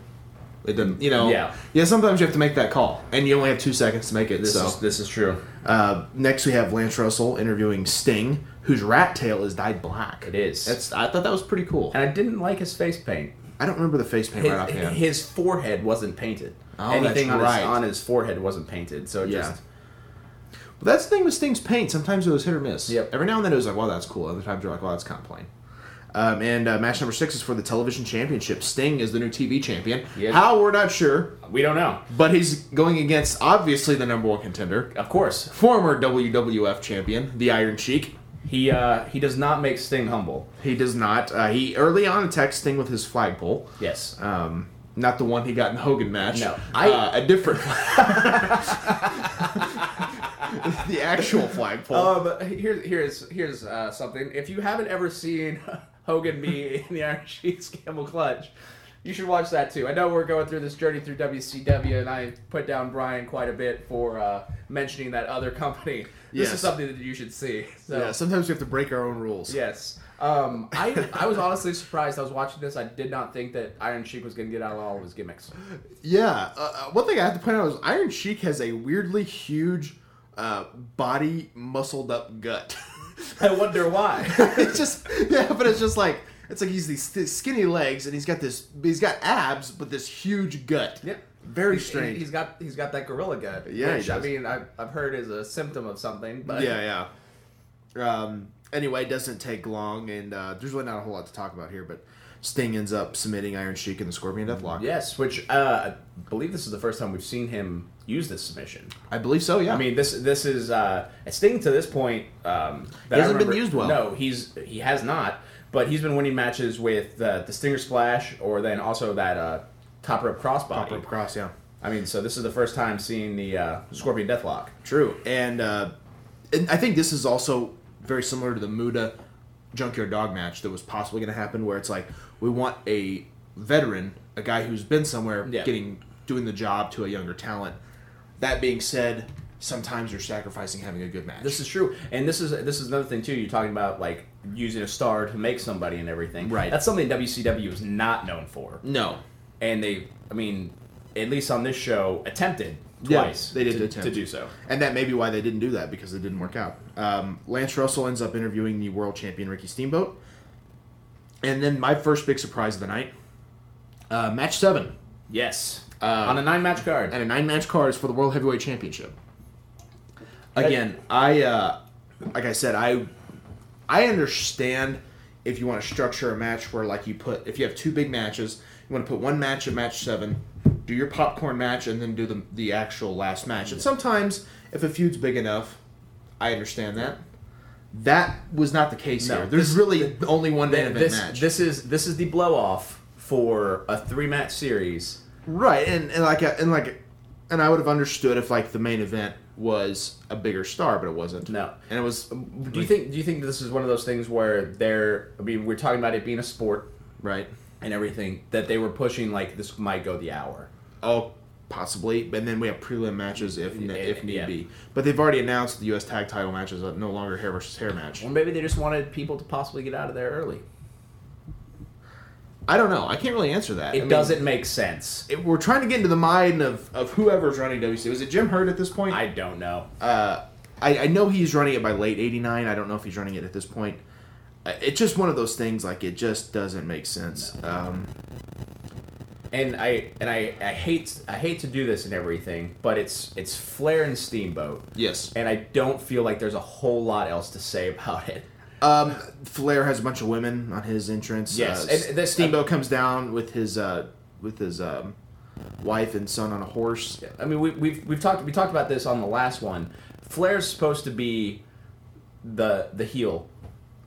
Speaker 3: it didn't. You know.
Speaker 4: Yeah.
Speaker 3: Yeah. Sometimes you have to make that call, and you only have two seconds to make it. so
Speaker 4: this is true.
Speaker 3: Uh, next, we have Lance Russell interviewing Sting, whose rat tail is dyed black.
Speaker 4: It is.
Speaker 3: That's. I thought that was pretty cool.
Speaker 4: And I didn't like his face paint.
Speaker 3: I don't remember the face paint
Speaker 4: His,
Speaker 3: right offhand.
Speaker 4: his forehead wasn't painted.
Speaker 3: Oh, that's
Speaker 4: Anything on,
Speaker 3: right.
Speaker 4: his, on his forehead wasn't painted. So it
Speaker 3: Yeah.
Speaker 4: just
Speaker 3: But that's the thing with Sting's paint. Sometimes it was hit or miss.
Speaker 4: Yep.
Speaker 3: Every now and then it was like, "Wow, that's cool." Other times you're like, "Wow, that's kind of plain." Um, and uh, match number six is for the television championship. Sting is the new TV champion.
Speaker 4: Yes.
Speaker 3: How we're not sure,
Speaker 4: we don't know.
Speaker 3: but he's going against obviously the number one contender,
Speaker 4: Of course,
Speaker 3: former WWF champion, the Iron Sheik.
Speaker 4: he uh, he does not make Sting humble.
Speaker 3: He does not. Uh, he early on attacks Sting with his flagpole.
Speaker 4: Yes.
Speaker 3: Um, not the one he got in the Hogan match.
Speaker 4: No.
Speaker 3: I, uh, a different. the actual flagpole.
Speaker 4: Um, here's here's here's uh, something. If you haven't ever seen Hogan be in the Iron Sheik's Camel Clutch, you should watch that too. I know we're going through this journey through WCW, and I put down Brian quite a bit for uh, mentioning that other company. This
Speaker 3: Yes.
Speaker 4: is something that you should see. So,
Speaker 3: yeah. Sometimes we have to break our own rules.
Speaker 4: Yes. Um, I I was honestly surprised. I was watching this. I did not think that Iron Sheik was going to get out of all of his gimmicks.
Speaker 3: Yeah. Uh, uh, one thing I have to point out is Iron Sheik has a weirdly huge, uh, body muscled up gut.
Speaker 4: I wonder why.
Speaker 3: it's just yeah, but it's just like it's like he's these th- skinny legs and he's got this he's got abs but this huge gut.
Speaker 4: Yep.
Speaker 3: Very
Speaker 4: He's-
Speaker 3: strange.
Speaker 4: He's got he's got that gorilla gut.
Speaker 3: Yeah, he
Speaker 4: which, I
Speaker 3: does.
Speaker 4: mean, I've, I've heard is a symptom of something. But
Speaker 3: yeah, yeah. Um, anyway, it doesn't take long, and uh, there's really not a whole lot to talk about here, but Sting ends up submitting Iron Sheik in the Scorpion Deathlock.
Speaker 4: Yes, which uh, I believe this is the first time we've seen him use this submission.
Speaker 3: I believe so, yeah.
Speaker 4: I mean, this this is uh, Sting to this point. Um,
Speaker 3: He
Speaker 4: that I
Speaker 3: hasn't been
Speaker 4: remember-
Speaker 3: used well.
Speaker 4: No, he's he has not. But he's been winning matches with uh, the Stinger Splash, or then also that uh, top rope crossbody.
Speaker 3: Upper Cross, yeah.
Speaker 4: I mean, so this is the first time seeing the uh, Scorpion Deathlock.
Speaker 3: True. And, uh, and I think this is also very similar to the Muda Junkyard Dog match that was possibly going to happen, where it's like we want a veteran, a guy who's been somewhere,
Speaker 4: Yeah.
Speaker 3: getting doing the job to a younger talent. That being said, sometimes you're sacrificing having a good match.
Speaker 4: This is true, and this is this is another thing too. You're talking about like using a star to make somebody and everything.
Speaker 3: Right.
Speaker 4: That's something WCW is not known for.
Speaker 3: no.
Speaker 4: and they, I mean, at least on this show, attempted
Speaker 3: Yeah,
Speaker 4: twice.
Speaker 3: they did
Speaker 4: to,
Speaker 3: attempt.
Speaker 4: to do so.
Speaker 3: And that may be why they didn't do that because it didn't work out. Um, Lance Russell ends up interviewing the world champion Ricky Steamboat. And then my first big surprise of the night uh, match seven
Speaker 4: Yes,
Speaker 3: Um,
Speaker 4: on a nine-match card.
Speaker 3: and a nine match card is for the World Heavyweight Championship. Again, I, uh, like I said, I, I understand if you want to structure a match where, like, you put, if you have two big matches, you want to put one match at match seven, do your popcorn match, and then do the, the actual last match. And sometimes, if a feud's big enough, I understand that. That was not the case
Speaker 4: No,
Speaker 3: here. There's
Speaker 4: this-
Speaker 3: really only one main event
Speaker 4: this,
Speaker 3: match.
Speaker 4: this is this is the blow-off for a three-match series.
Speaker 3: Right, and, and like uh, and like, and I would have understood if like the main event was a bigger star, but it wasn't.
Speaker 4: No.
Speaker 3: and it was. um,
Speaker 4: Do you think? Do you think this is one of those things where they're? I mean, we're talking about it being a sport
Speaker 3: right?
Speaker 4: and everything that they were pushing. Like this might go the hour.
Speaker 3: Oh, possibly. And then we have prelim matches if ne- if need
Speaker 4: Yeah.
Speaker 3: be. But they've already announced the U.S. Tag Title match is a- no longer hair versus hair match.
Speaker 4: Well, maybe they just wanted people to possibly get out of there early.
Speaker 3: I don't know. I can't really answer that.
Speaker 4: It
Speaker 3: I mean,
Speaker 4: doesn't make sense.
Speaker 3: it- we're trying to get into the mind of, of whoever's running WC. Was it Jim Hurd at this point?
Speaker 4: I don't know.
Speaker 3: uh, I, I know he's running it by late '89. I don't know if he's running it at this point. Uh, It's just one of those things. Like it just doesn't make sense. Um,
Speaker 4: and I and I, I hate I hate to do this and everything, but it's it's Flair and Steamboat,
Speaker 3: yes.
Speaker 4: and I don't feel like there's a whole lot else to say about it.
Speaker 3: Um, Flair has a bunch of women on his entrance.
Speaker 4: Yes,
Speaker 3: Uh, S-
Speaker 4: and this-
Speaker 3: Steamboat comes down with his uh, with his um, wife and son on a horse.
Speaker 4: I mean, we, we've we've talked we talked about this on the last one. Flair's supposed to be the the heel,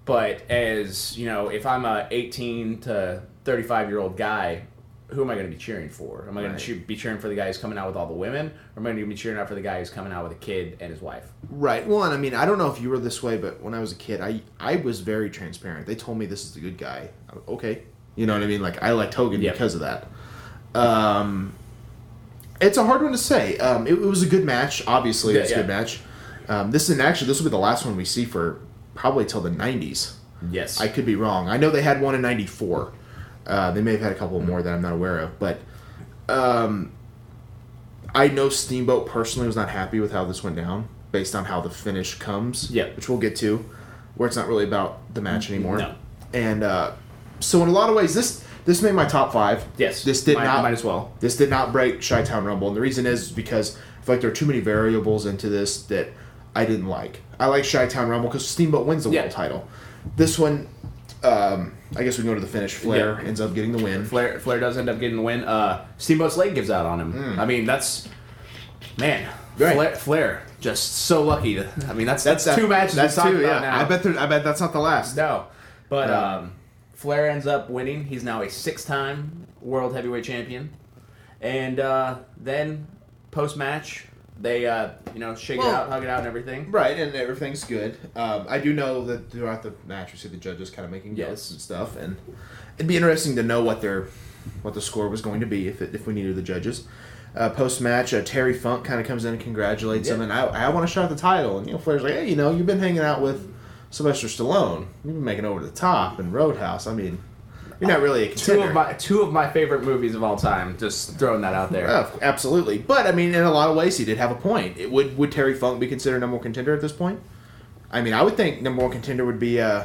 Speaker 4: but as you know, if I'm a 18 to 35 year old guy, who am I going to be cheering for? Am I going
Speaker 3: Right.
Speaker 4: to be cheering for the guy who's coming out with all the women, or am I going to be cheering out for the guy who's coming out with a kid and his wife?
Speaker 3: Right. Well, and I mean, I don't know if you were this way, but when I was a kid, I I was very transparent. They told me this is the good guy. I- okay, you know what I mean. Like I liked Hogan
Speaker 4: Yeah.
Speaker 3: because of that. Um, it's a hard one to say. Um, it, it was a good match. Obviously, it was
Speaker 4: Yeah,
Speaker 3: a good
Speaker 4: yeah.
Speaker 3: match. Um, this is actually this will be the last one we see for probably till the '90s.
Speaker 4: Yes,
Speaker 3: I could be wrong. I know they had one in '94. Uh, they may have had a couple more that I'm not aware of, but um, I know Steamboat personally was not happy with how this went down, based on how the finish comes.
Speaker 4: Yeah.
Speaker 3: which we'll get to, where it's not really about the match anymore.
Speaker 4: No.
Speaker 3: And uh, so, in a lot of ways, this this made my top five.
Speaker 4: Yes.
Speaker 3: this did
Speaker 4: Might-
Speaker 3: not
Speaker 4: might as well.
Speaker 3: This did not break Chi Town Rumble, and the reason is because I feel like there are too many variables into this that I didn't like. I like Chi Town Rumble because Steamboat wins the
Speaker 4: Yeah.
Speaker 3: world title. This one, um, I guess we can go to the finish. Flair
Speaker 4: Yeah.
Speaker 3: ends up getting the win.
Speaker 4: Flair Flair does end up getting the win. Uh, Steamboat's leg gives out on him.
Speaker 3: Hmm.
Speaker 4: I mean, that's man,
Speaker 3: Right.
Speaker 4: Flair, Flair just so lucky. To, I mean, that's that's, two matches.
Speaker 3: That's
Speaker 4: we
Speaker 3: two.
Speaker 4: talked
Speaker 3: Yeah,
Speaker 4: about now.
Speaker 3: I bet. there- I bet that's not the last.
Speaker 4: no, but
Speaker 3: No.
Speaker 4: um, Flair ends up winning. He's now a six-time world heavyweight champion, and uh, then post-match they uh, you know shake
Speaker 3: Well-
Speaker 4: it out, hug it out, and everything.
Speaker 3: Right, and everything's good. Um, I do know that throughout the match, we see the judges kind of making
Speaker 4: Yes.
Speaker 3: notes and stuff, and it'd be interesting to know what their what the score was going to be if it, if we needed the judges. Uh, Post match, uh, Terry Funk kind of comes in and congratulates him,
Speaker 4: Yeah.
Speaker 3: and I, I want to shout the title. And you know, Flair's like, hey, you know, you've been hanging out with Sylvester Stallone, you've been making over the top and Roadhouse. I mean, you're not really a contender.
Speaker 4: Two of my two of my favorite movies of all time. Just throwing that out there.
Speaker 3: Oh, absolutely. But I mean, in a lot of ways, he did have a point. It would would Terry Funk be considered number one contender at this point? I mean, I would think number one contender would be uh,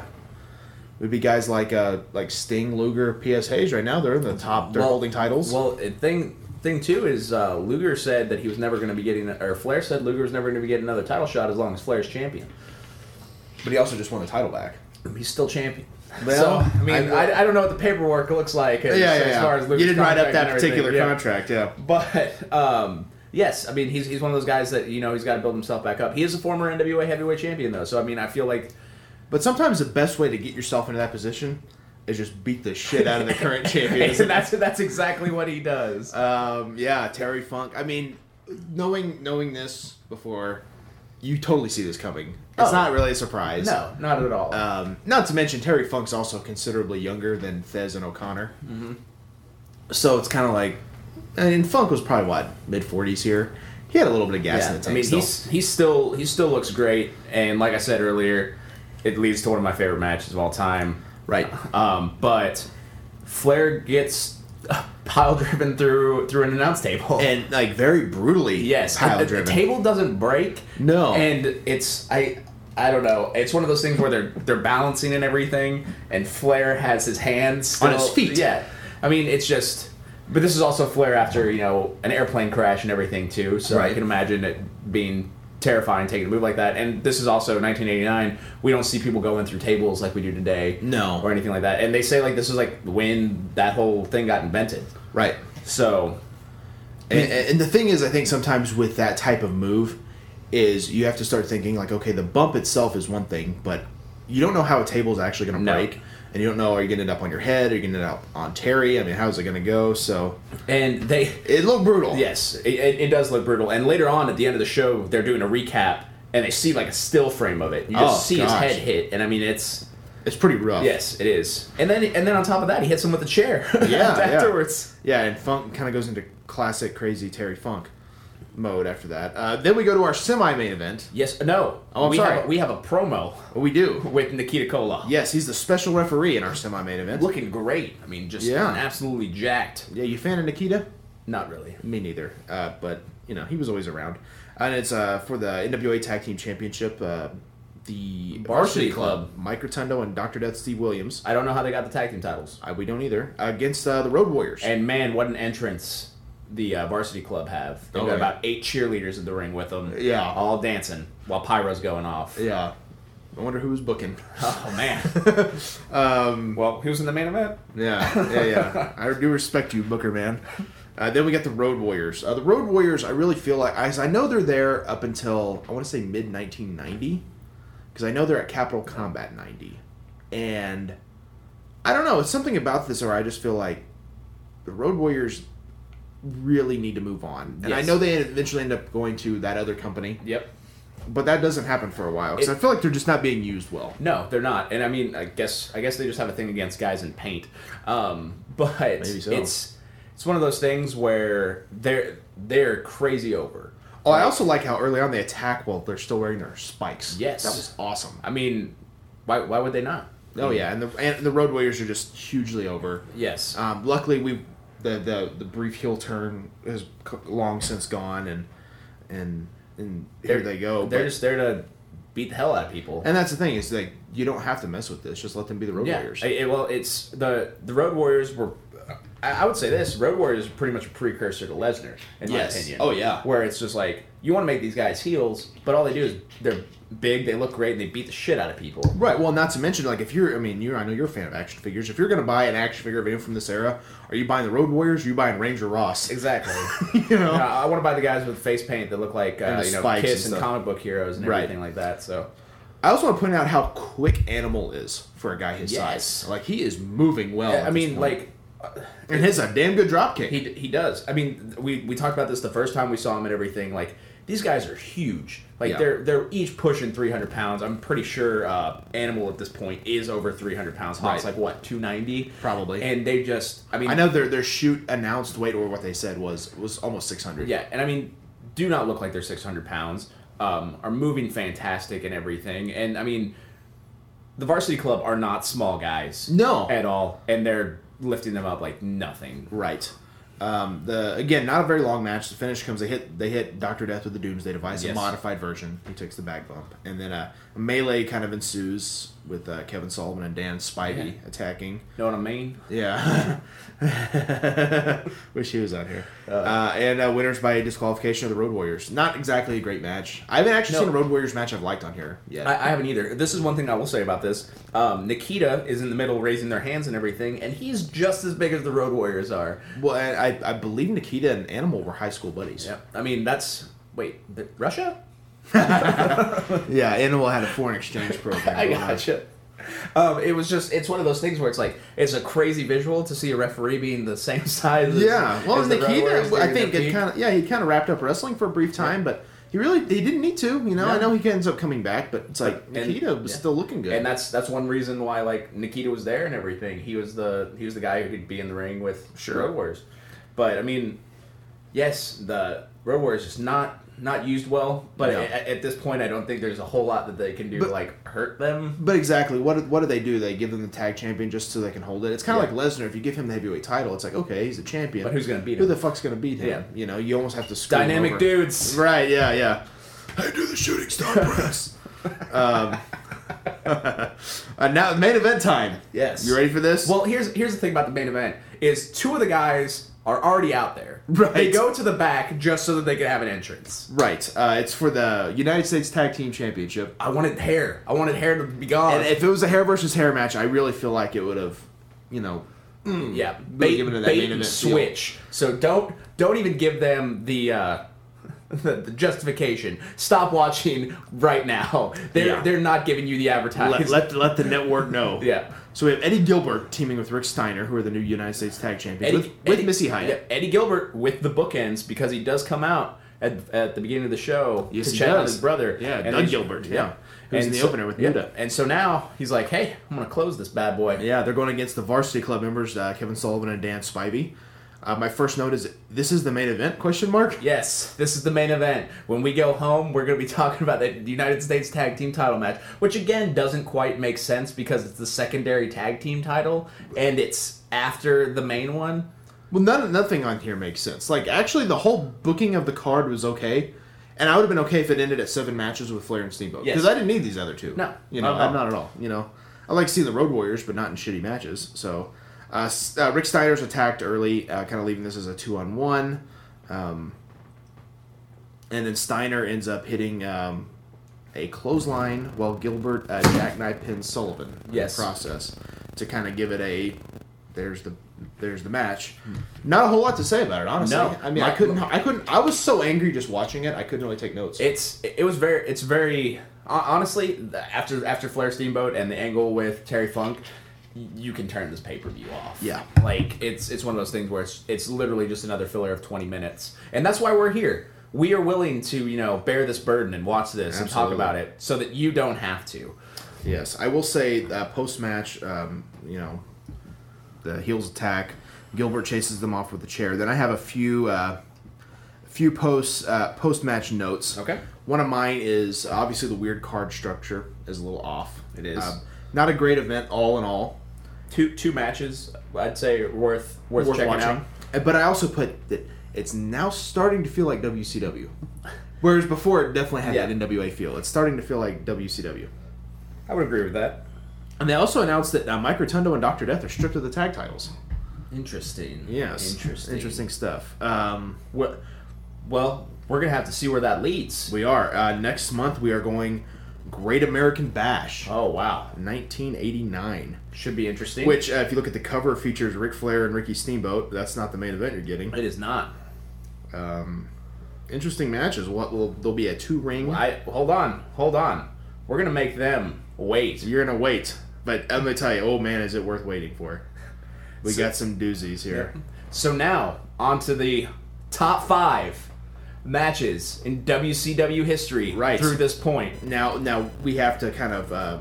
Speaker 3: would be guys like uh, like Sting, Luger, P.S. Hayes. Right now, they're in the top. They're
Speaker 4: Well-
Speaker 3: holding titles.
Speaker 4: Well, it- thing thing too is uh, Luger said that he was never going to be getting, or Flair said Luger was never going to be getting another title shot as long as Flair's champion.
Speaker 3: but he also just won the title back.
Speaker 4: He's still champion.
Speaker 3: Well,
Speaker 4: so I mean,
Speaker 3: I-
Speaker 4: I, I, don't know what the paperwork looks like as,
Speaker 3: Yeah, yeah.
Speaker 4: as
Speaker 3: yeah.
Speaker 4: far as Luger's
Speaker 3: you didn't write up
Speaker 4: contract and
Speaker 3: that
Speaker 4: everything,
Speaker 3: particular
Speaker 4: yeah.
Speaker 3: contract, yeah.
Speaker 4: But um, yes, I mean he's he's one of those guys that you know he's got to build himself back up. He is a former NWA heavyweight champion though, so I mean I feel like
Speaker 3: But sometimes the best way to get yourself into that position is just beat the shit out of the current champion.
Speaker 4: and that's that's exactly what he does.
Speaker 3: Um, yeah, Terry Funk. I mean, knowing knowing this before, you totally see this coming. It's
Speaker 4: Oh.
Speaker 3: not really a surprise.
Speaker 4: no, not at all.
Speaker 3: Um, not to mention Terry Funk's also considerably younger than Thez and O'Connor. Mm-hmm. So it's kind of like, and Funk was probably what mid forties here. He had a little bit of gas
Speaker 4: Yeah,
Speaker 3: in the
Speaker 4: I
Speaker 3: tank.
Speaker 4: mean,
Speaker 3: still.
Speaker 4: he's he's still he still looks great, and like I said earlier, it leads to one of my favorite matches of all time.
Speaker 3: right.
Speaker 4: Um, but Flair gets pile driven through through an announce table.
Speaker 3: And like very brutally,
Speaker 4: yes, uh,
Speaker 3: pile
Speaker 4: the,
Speaker 3: driven.
Speaker 4: the table doesn't break.
Speaker 3: No.
Speaker 4: and it's I. I don't know. It's one of those things where they're they're balancing and everything, and Flair has his hands still,
Speaker 3: On his feet.
Speaker 4: Yeah, I mean it's just. But this is also Flair after you know an airplane crash and everything too, so
Speaker 3: Right.
Speaker 4: I can imagine it being terrifying taking a move like that. And this is also 1989. We don't see people going through tables like we do today,
Speaker 3: No.
Speaker 4: or anything like that. And they say like this is like when that whole thing got invented.
Speaker 3: right.
Speaker 4: So
Speaker 3: And, and the thing is, I think sometimes with that type of move, is you have to start thinking like, okay, the bump itself is one thing, but you don't know how a table's actually going to
Speaker 4: No.
Speaker 3: break, and you don't know are you going to end up on your head, are you going to end up on Terry? I mean, how's it going to go? So
Speaker 4: and they
Speaker 3: it looked brutal.
Speaker 4: Yes, it, it, it does look brutal. And later on, at the end of the show, they're doing a recap, and they see like a still frame of it. You just
Speaker 3: Oh,
Speaker 4: see
Speaker 3: gosh.
Speaker 4: his head hit, and I mean, it's
Speaker 3: it's pretty rough.
Speaker 4: yes, it is. And then and then on top of that, he hits him with a chair.
Speaker 3: yeah.
Speaker 4: afterwards.
Speaker 3: yeah, and Funk kind of goes into classic crazy Terry Funk mode after that. Uh, then we go to our semi main event.
Speaker 4: Yes. No.
Speaker 3: Oh, I'm
Speaker 4: we
Speaker 3: sorry.
Speaker 4: Have a, we have a promo
Speaker 3: We do.
Speaker 4: with Nikita Kola.
Speaker 3: Yes, he's the special referee in our semi main event.
Speaker 4: Looking great. I mean, just
Speaker 3: Yeah.
Speaker 4: absolutely jacked.
Speaker 3: Yeah, you fan of Nikita?
Speaker 4: Not really.
Speaker 3: Me neither. Uh, but you know, he was always around, and it's uh, for the NWA Tag Team Championship. Uh, the
Speaker 4: Varsity Club.
Speaker 3: Mike Rotundo and Doctor Death Steve Williams.
Speaker 4: I don't know how they got the tag team titles.
Speaker 3: I, we don't either against uh, the Road Warriors.
Speaker 4: And man, what an entrance the uh, varsity club have. They've
Speaker 3: Oh,
Speaker 4: got
Speaker 3: yeah.
Speaker 4: about eight cheerleaders in the ring with them.
Speaker 3: Yeah.
Speaker 4: All dancing while pyro's going off.
Speaker 3: yeah, I wonder who was booking.
Speaker 4: Oh man. um, well, who's in the main event?
Speaker 3: Yeah, yeah, yeah. I do respect you, Booker man. Uh, then we got the Road Warriors. Uh, the Road Warriors, I really feel like I, I know they're there up until I want to say mid 1990, because I know they're at Capital Combat 90, and I don't know. It's something about this, or I just feel like the Road Warriors really need to move on. And I
Speaker 4: Yes.
Speaker 3: know they eventually end up going to that other company,
Speaker 4: Yep.
Speaker 3: but that doesn't happen for a while because
Speaker 4: It-
Speaker 3: I feel like they're just not being used well.
Speaker 4: No, they're not. And I mean, I guess I guess they just have a thing against guys in paint. Um, but
Speaker 3: so.
Speaker 4: it's it's one of those things where they're they're crazy over.
Speaker 3: Oh, I also like how early on they attack while they're still wearing their spikes.
Speaker 4: Yes.
Speaker 3: that was awesome.
Speaker 4: I mean, why why would they not?
Speaker 3: Oh
Speaker 4: Mm.
Speaker 3: yeah, and the and the Road Warriors are just hugely over.
Speaker 4: Yes.
Speaker 3: Um, luckily, we the, the the brief heel turn is c- long since gone, and and and here
Speaker 4: They're-
Speaker 3: they go.
Speaker 4: They're
Speaker 3: but-
Speaker 4: just there to beat the hell out of people.
Speaker 3: and that's the thing is like you don't have to mess with this. Just let them be the Road
Speaker 4: yeah.
Speaker 3: Warriors.
Speaker 4: I- I- well, it's the the Road Warriors were. I, I would say this: Road Warriors are pretty much a precursor to Lesnar, in
Speaker 3: Yes.
Speaker 4: my opinion.
Speaker 3: Oh, yeah.
Speaker 4: Where it's just like you want to make these guys heels, but all they do is they're big, they look great, and they beat the shit out of people.
Speaker 3: Right. Well, not to mention, like, if you're, I mean, you, are I know you're a fan of action figures. If you're going to buy an action figure of anyone from this era, are you buying the Road Warriors? Or are you buying Ranger Ross?
Speaker 4: Exactly.
Speaker 3: you know.
Speaker 4: Yeah, I want to buy the guys with face paint that look like
Speaker 3: And
Speaker 4: uh,
Speaker 3: the
Speaker 4: you know
Speaker 3: spikes
Speaker 4: Kiss
Speaker 3: and
Speaker 4: and,
Speaker 3: stuff.
Speaker 4: comic book heroes and
Speaker 3: Right.
Speaker 4: everything like that. So
Speaker 3: I also want to point out how quick Animal is for a guy his
Speaker 4: Yes.
Speaker 3: size. Like he is moving well. at
Speaker 4: I
Speaker 3: this
Speaker 4: mean,
Speaker 3: point.
Speaker 4: like
Speaker 3: and his a damn good drop kick.
Speaker 4: he he does. I mean, we we talked about this the first time we saw him and everything. Like these guys are huge. Like
Speaker 3: Yeah.
Speaker 4: they're they're each pushing three hundred pounds. I'm pretty sure uh, Animal at this point is over three hundred pounds. Hawk's
Speaker 3: Right.
Speaker 4: like what two ninety
Speaker 3: Probably.
Speaker 4: And they just I mean
Speaker 3: I know their their shoot announced weight or what they said was was almost six hundred.
Speaker 4: Yeah, and I mean, do not look like they're 600 pounds. Um, are moving fantastic and everything. And I mean, the varsity club are not small guys.
Speaker 3: No.
Speaker 4: At all. And they're lifting them up like nothing.
Speaker 3: Right. Um, the again, not a very long match. The finish comes. They hit. They hit Doctor Death with the Doomsday Device, a
Speaker 4: Yes.
Speaker 3: modified version. He takes the back bump, and then uh, a melee kind of ensues with uh, Kevin Sullivan and Dan Spivey
Speaker 4: Yeah.
Speaker 3: attacking.
Speaker 4: Know what I mean?
Speaker 3: Yeah. Wish he was on here. Uh, and uh, winners by disqualification of the Road Warriors. Not exactly a great match. I haven't actually
Speaker 4: No.
Speaker 3: seen a Road Warriors match I've liked on here yet.
Speaker 4: I, I haven't either. This is one thing I will say about this. Um, Nikita is in the middle raising their hands and everything, and he's just as big as the Road Warriors are.
Speaker 3: well, I, I, I believe Nikita and Animal were high school buddies.
Speaker 4: Yeah. I mean, that's. Wait, the, Russia?
Speaker 3: Yeah, Animal had a foreign exchange program.
Speaker 4: I
Speaker 3: going on.
Speaker 4: gotcha. Um, it was just, it's one of those things where it's like, it's a crazy visual to see a referee being the same size. As,
Speaker 3: Yeah, well,
Speaker 4: as the Road
Speaker 3: Nikita,
Speaker 4: Warriors
Speaker 3: I think
Speaker 4: during
Speaker 3: it
Speaker 4: their
Speaker 3: kind of yeah he kind of wrapped up wrestling for a brief time, but he really he didn't need to. You know, I
Speaker 4: Yeah.
Speaker 3: know he ends up coming back, but it's like
Speaker 4: And-
Speaker 3: Nikita was
Speaker 4: yeah.
Speaker 3: still looking
Speaker 4: peak.
Speaker 3: good.
Speaker 4: and that's that's one reason why like Nikita was there and everything. He was the he was the guy who could be in the ring with
Speaker 3: Sure.
Speaker 4: Road Warriors. But I mean, yes, the Road Warriors is not not used well. But
Speaker 3: No.
Speaker 4: a- at, this point, I don't think there's a whole lot that they can do
Speaker 3: But-
Speaker 4: to like hurt them.
Speaker 3: but exactly, what what do they do? They give them the tag champion just so they can hold it. It's kind
Speaker 4: Yeah.
Speaker 3: of like Lesnar. If you give him the heavyweight title, it's like okay, he's a champion,
Speaker 4: But who's gonna beat
Speaker 3: Who
Speaker 4: him?
Speaker 3: the fuck's gonna beat him?
Speaker 4: Yeah.
Speaker 3: You know, you almost have to screw him
Speaker 4: Dynamic
Speaker 3: over.
Speaker 4: dudes.
Speaker 3: Right? Yeah, yeah. I do the shooting star press. um, uh, now main event time.
Speaker 4: Yes.
Speaker 3: You ready for this?
Speaker 4: Well, here's here's the thing about the main event is two of the guys are already out there.
Speaker 3: Right.
Speaker 4: They go to the back just so that they can have an entrance.
Speaker 3: Right. Uh, it's for the United States Tag Team Championship.
Speaker 4: I wanted hair. I wanted hair to be gone.
Speaker 3: And if it was a hair versus hair match, I really feel like it would have, you know.
Speaker 4: Yeah,
Speaker 3: would've
Speaker 4: Hmm. bait,
Speaker 3: given it that
Speaker 4: bait
Speaker 3: main
Speaker 4: and
Speaker 3: event feel.
Speaker 4: switch. So don't don't even give them the. Uh, the, the justification. Stop watching right now. They're
Speaker 3: Yeah.
Speaker 4: they're not giving you the
Speaker 3: Uh,
Speaker 4: advertisement.
Speaker 3: let the network know.
Speaker 4: yeah.
Speaker 3: So we have Eddie Gilbert teaming with Rick Steiner, who are the new United States Tag Champions,
Speaker 4: Eddie-
Speaker 3: with, with
Speaker 4: Eddie-
Speaker 3: Missy Hyatt.
Speaker 4: yeah, Eddie Gilbert with the bookends because he does come out at, at the beginning of the show
Speaker 3: Yes,
Speaker 4: to
Speaker 3: he
Speaker 4: check on
Speaker 3: does.
Speaker 4: his brother.
Speaker 3: Yeah,
Speaker 4: And
Speaker 3: Doug
Speaker 4: he's-
Speaker 3: Gilbert, yeah, who's in the opener with
Speaker 4: yeah,
Speaker 3: Nuda.
Speaker 4: And so now he's like, hey, I'm gonna close this bad boy.
Speaker 3: Yeah, they're going against the Varsity Club members, uh, Kevin Sullivan and Dan Spivey. Uh, my first note is this is the main event? Question mark.
Speaker 4: Yes, this is the main event. When we go home, we're going to be talking about the United States Tag Team Title match, which again doesn't quite make sense because it's the secondary tag team title and it's after the main one.
Speaker 3: Well, none, nothing on here makes sense. Like, actually, the whole booking of the card was okay, and I would have been okay if it ended at seven matches with Flair and Steamboat
Speaker 4: Yes.
Speaker 3: because I didn't need these other two.
Speaker 4: No,
Speaker 3: you know,
Speaker 4: not at
Speaker 3: I'm
Speaker 4: all.
Speaker 3: not at all. You know, I like seeing the Road Warriors, but not in shitty matches. So, uh, S- uh, Rick Steiner's attacked early, uh, kind of leaving this as a two on one, um, and then Steiner ends up hitting. Um, a clothesline while Gilbert uh, jackknife pins Sullivan in
Speaker 4: Yes.
Speaker 3: the process to kind of give it a there's the there's the match. Not a whole lot to say about it, honestly.
Speaker 4: No.
Speaker 3: I mean, I
Speaker 4: My-
Speaker 3: couldn't I couldn't I was so angry just watching it. I couldn't really take notes.
Speaker 4: It's it was very it's very hon- honestly the- after after Flair Steamboat and the angle with Terry Funk, y- you can turn this pay per view off.
Speaker 3: Yeah.
Speaker 4: like it's it's one of those things where it's it's literally just another filler of twenty minutes, and that's why we're here. We are willing to you know bear this burden and watch
Speaker 3: Absolutely.
Speaker 4: this and talk about it so that you don't have to.
Speaker 3: yes, I will say uh, post match um, you know, the heels attack. Gilbert chases them off with a chair. Then I have a few uh, few post uh, post match notes.
Speaker 4: Okay.
Speaker 3: One of mine is obviously the weird card structure is a little off.
Speaker 4: It is.
Speaker 3: Um, not a great event all in all.
Speaker 4: Two two matches I'd say are worth worth,
Speaker 3: worth
Speaker 4: checking
Speaker 3: watching.
Speaker 4: out.
Speaker 3: Uh, But I also put that it's now starting to feel like WCW, whereas before it definitely had
Speaker 4: Yeah.
Speaker 3: that NWA feel. It's starting to feel like WCW.
Speaker 4: I would agree with that.
Speaker 3: And they also announced that uh, Mike Rotundo and Doctor Death are stripped of the tag titles.
Speaker 4: Interesting.
Speaker 3: Yes,
Speaker 4: Interesting.
Speaker 3: interesting stuff. Um,
Speaker 4: Well, well, we're gonna have to see where that leads.
Speaker 3: we are uh, next month. We are going Great American Bash,
Speaker 4: Oh wow,
Speaker 3: 1989.
Speaker 4: should be interesting.
Speaker 3: Which, uh, if you look at the cover, features Ric Flair and Ricky Steamboat. That's not the main event you're getting.
Speaker 4: It is not.
Speaker 3: Interesting matches. What will there'll be a two ring.
Speaker 4: I hold on, hold on. We're gonna make them wait.
Speaker 3: You're gonna wait, but I'm gonna tell you, oh man, is it worth waiting for? We got some doozies here.
Speaker 4: So now on to the top five matches in WCW history
Speaker 3: Right.
Speaker 4: through this point.
Speaker 3: Now, now we have to kind of uh,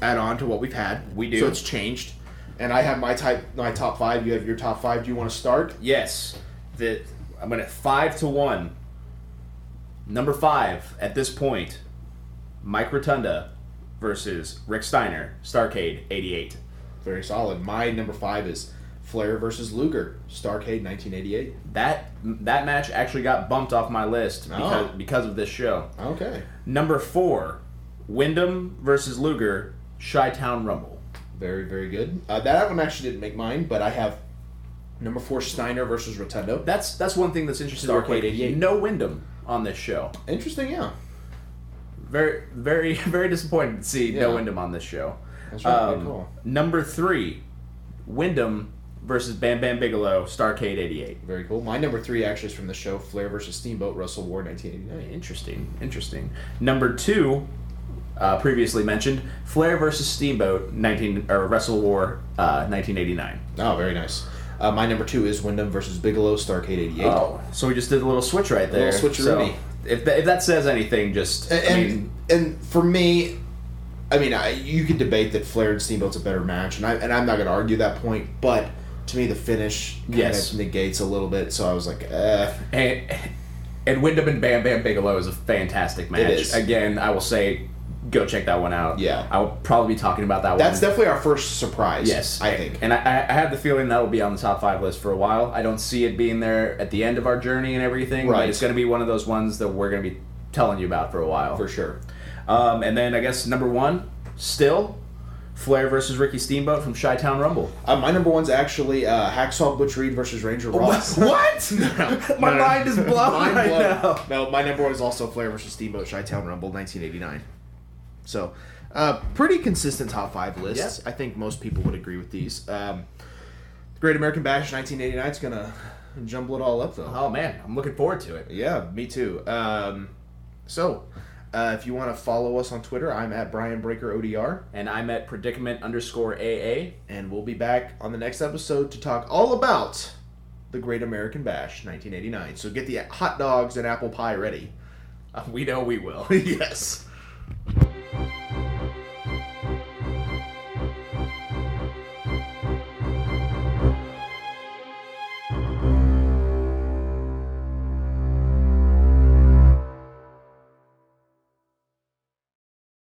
Speaker 3: add on to what we've had.
Speaker 4: We do.
Speaker 3: So it's changed, and I have my type, my top five. You have your top five. Do you want to start?
Speaker 4: Yes, that I'm gonna five to one. Number five at this point, Mike Rotunda versus Rick Steiner, Starcade '88.
Speaker 3: Very solid. My number five is Flair versus Luger, Starcade, 1988.
Speaker 4: That that match actually got bumped off my list
Speaker 3: Oh.
Speaker 4: because, because of this show.
Speaker 3: Okay.
Speaker 4: Number four, Wyndham versus Luger, Chi Town Rumble.
Speaker 3: Very, very good. Uh, that one actually didn't make mine, but I have number four Steiner versus Rotundo.
Speaker 4: That's that's one thing that's interesting. real quick.
Speaker 3: Starrcade 88.
Speaker 4: No Wyndham on this show.
Speaker 3: Interesting, yeah.
Speaker 4: Very very very disappointed to see
Speaker 3: Yeah.
Speaker 4: no Wyndham on this show.
Speaker 3: That's right, good
Speaker 4: Um,
Speaker 3: call.
Speaker 4: Number three, Wyndham versus Bam Bam Bigelow, Starcade '88.
Speaker 3: Very cool. My number three actually is from the show Flair versus Steamboat, Russell Ward, 1989.
Speaker 4: Interesting, interesting. Number two, uh, previously mentioned, Flair versus Steamboat, 19 or Wrestle War, uh, 1989.
Speaker 3: Oh, very nice. Uh, my number two is Wyndham versus Bigelow, Starcade 88.
Speaker 4: Oh, so we just did a little switch right there.
Speaker 3: little switcheroo.
Speaker 4: So if, that, if that says anything, just
Speaker 3: and,
Speaker 4: I
Speaker 3: and,
Speaker 4: mean,
Speaker 3: and for me, I mean, I, you could debate that Flair and Steamboat's a better match, and, I, and I'm not going to argue that point, but to me, the finish kind
Speaker 4: Yes.
Speaker 3: of negates a little bit, so I was like, eh.
Speaker 4: and and Wyndham and Bam Bam Bigelow is a fantastic match.
Speaker 3: is.
Speaker 4: Again, I will say, go check that one out.
Speaker 3: Yeah.
Speaker 4: I will probably be talking about that
Speaker 3: That's
Speaker 4: one.
Speaker 3: definitely our first surprise,
Speaker 4: yes,
Speaker 3: I think.
Speaker 4: and I, I I have the feeling that will be on the top five list for a while. I don't see it being there at the end of our journey and everything.
Speaker 3: Right.
Speaker 4: but it's going to be one of those ones that we're going to be telling you about for a while
Speaker 3: for sure.
Speaker 4: Um, and then I guess number one, still, Flair versus Ricky Steamboat from Chi Town Rumble.
Speaker 3: Uh, my number one's actually uh, Hacksaw Butch Reed versus Ranger
Speaker 4: Oh,
Speaker 3: Ross.
Speaker 4: What? My
Speaker 3: No, no.
Speaker 4: mind is blown
Speaker 3: Mind
Speaker 4: right
Speaker 3: blown.
Speaker 4: now.
Speaker 3: No, my number one is also Flair versus Steamboat Chi-Town Rumble 1989. So, uh, pretty consistent top five lists. I think most people would agree with these. Um, Great American Bash 1989 is gonna jumble it all up though.
Speaker 4: Oh man, I'm looking forward to it.
Speaker 3: Yeah, me too. Um, so, uh, if you want to follow us on Twitter, I'm at Brian Breaker ODR,
Speaker 4: And I'm at predicament underscore AA.
Speaker 3: and we'll be back on the next episode to talk all about the Great American Bash 1989. So get the hot dogs and apple pie ready.
Speaker 4: Uh, We know we will.
Speaker 3: yes.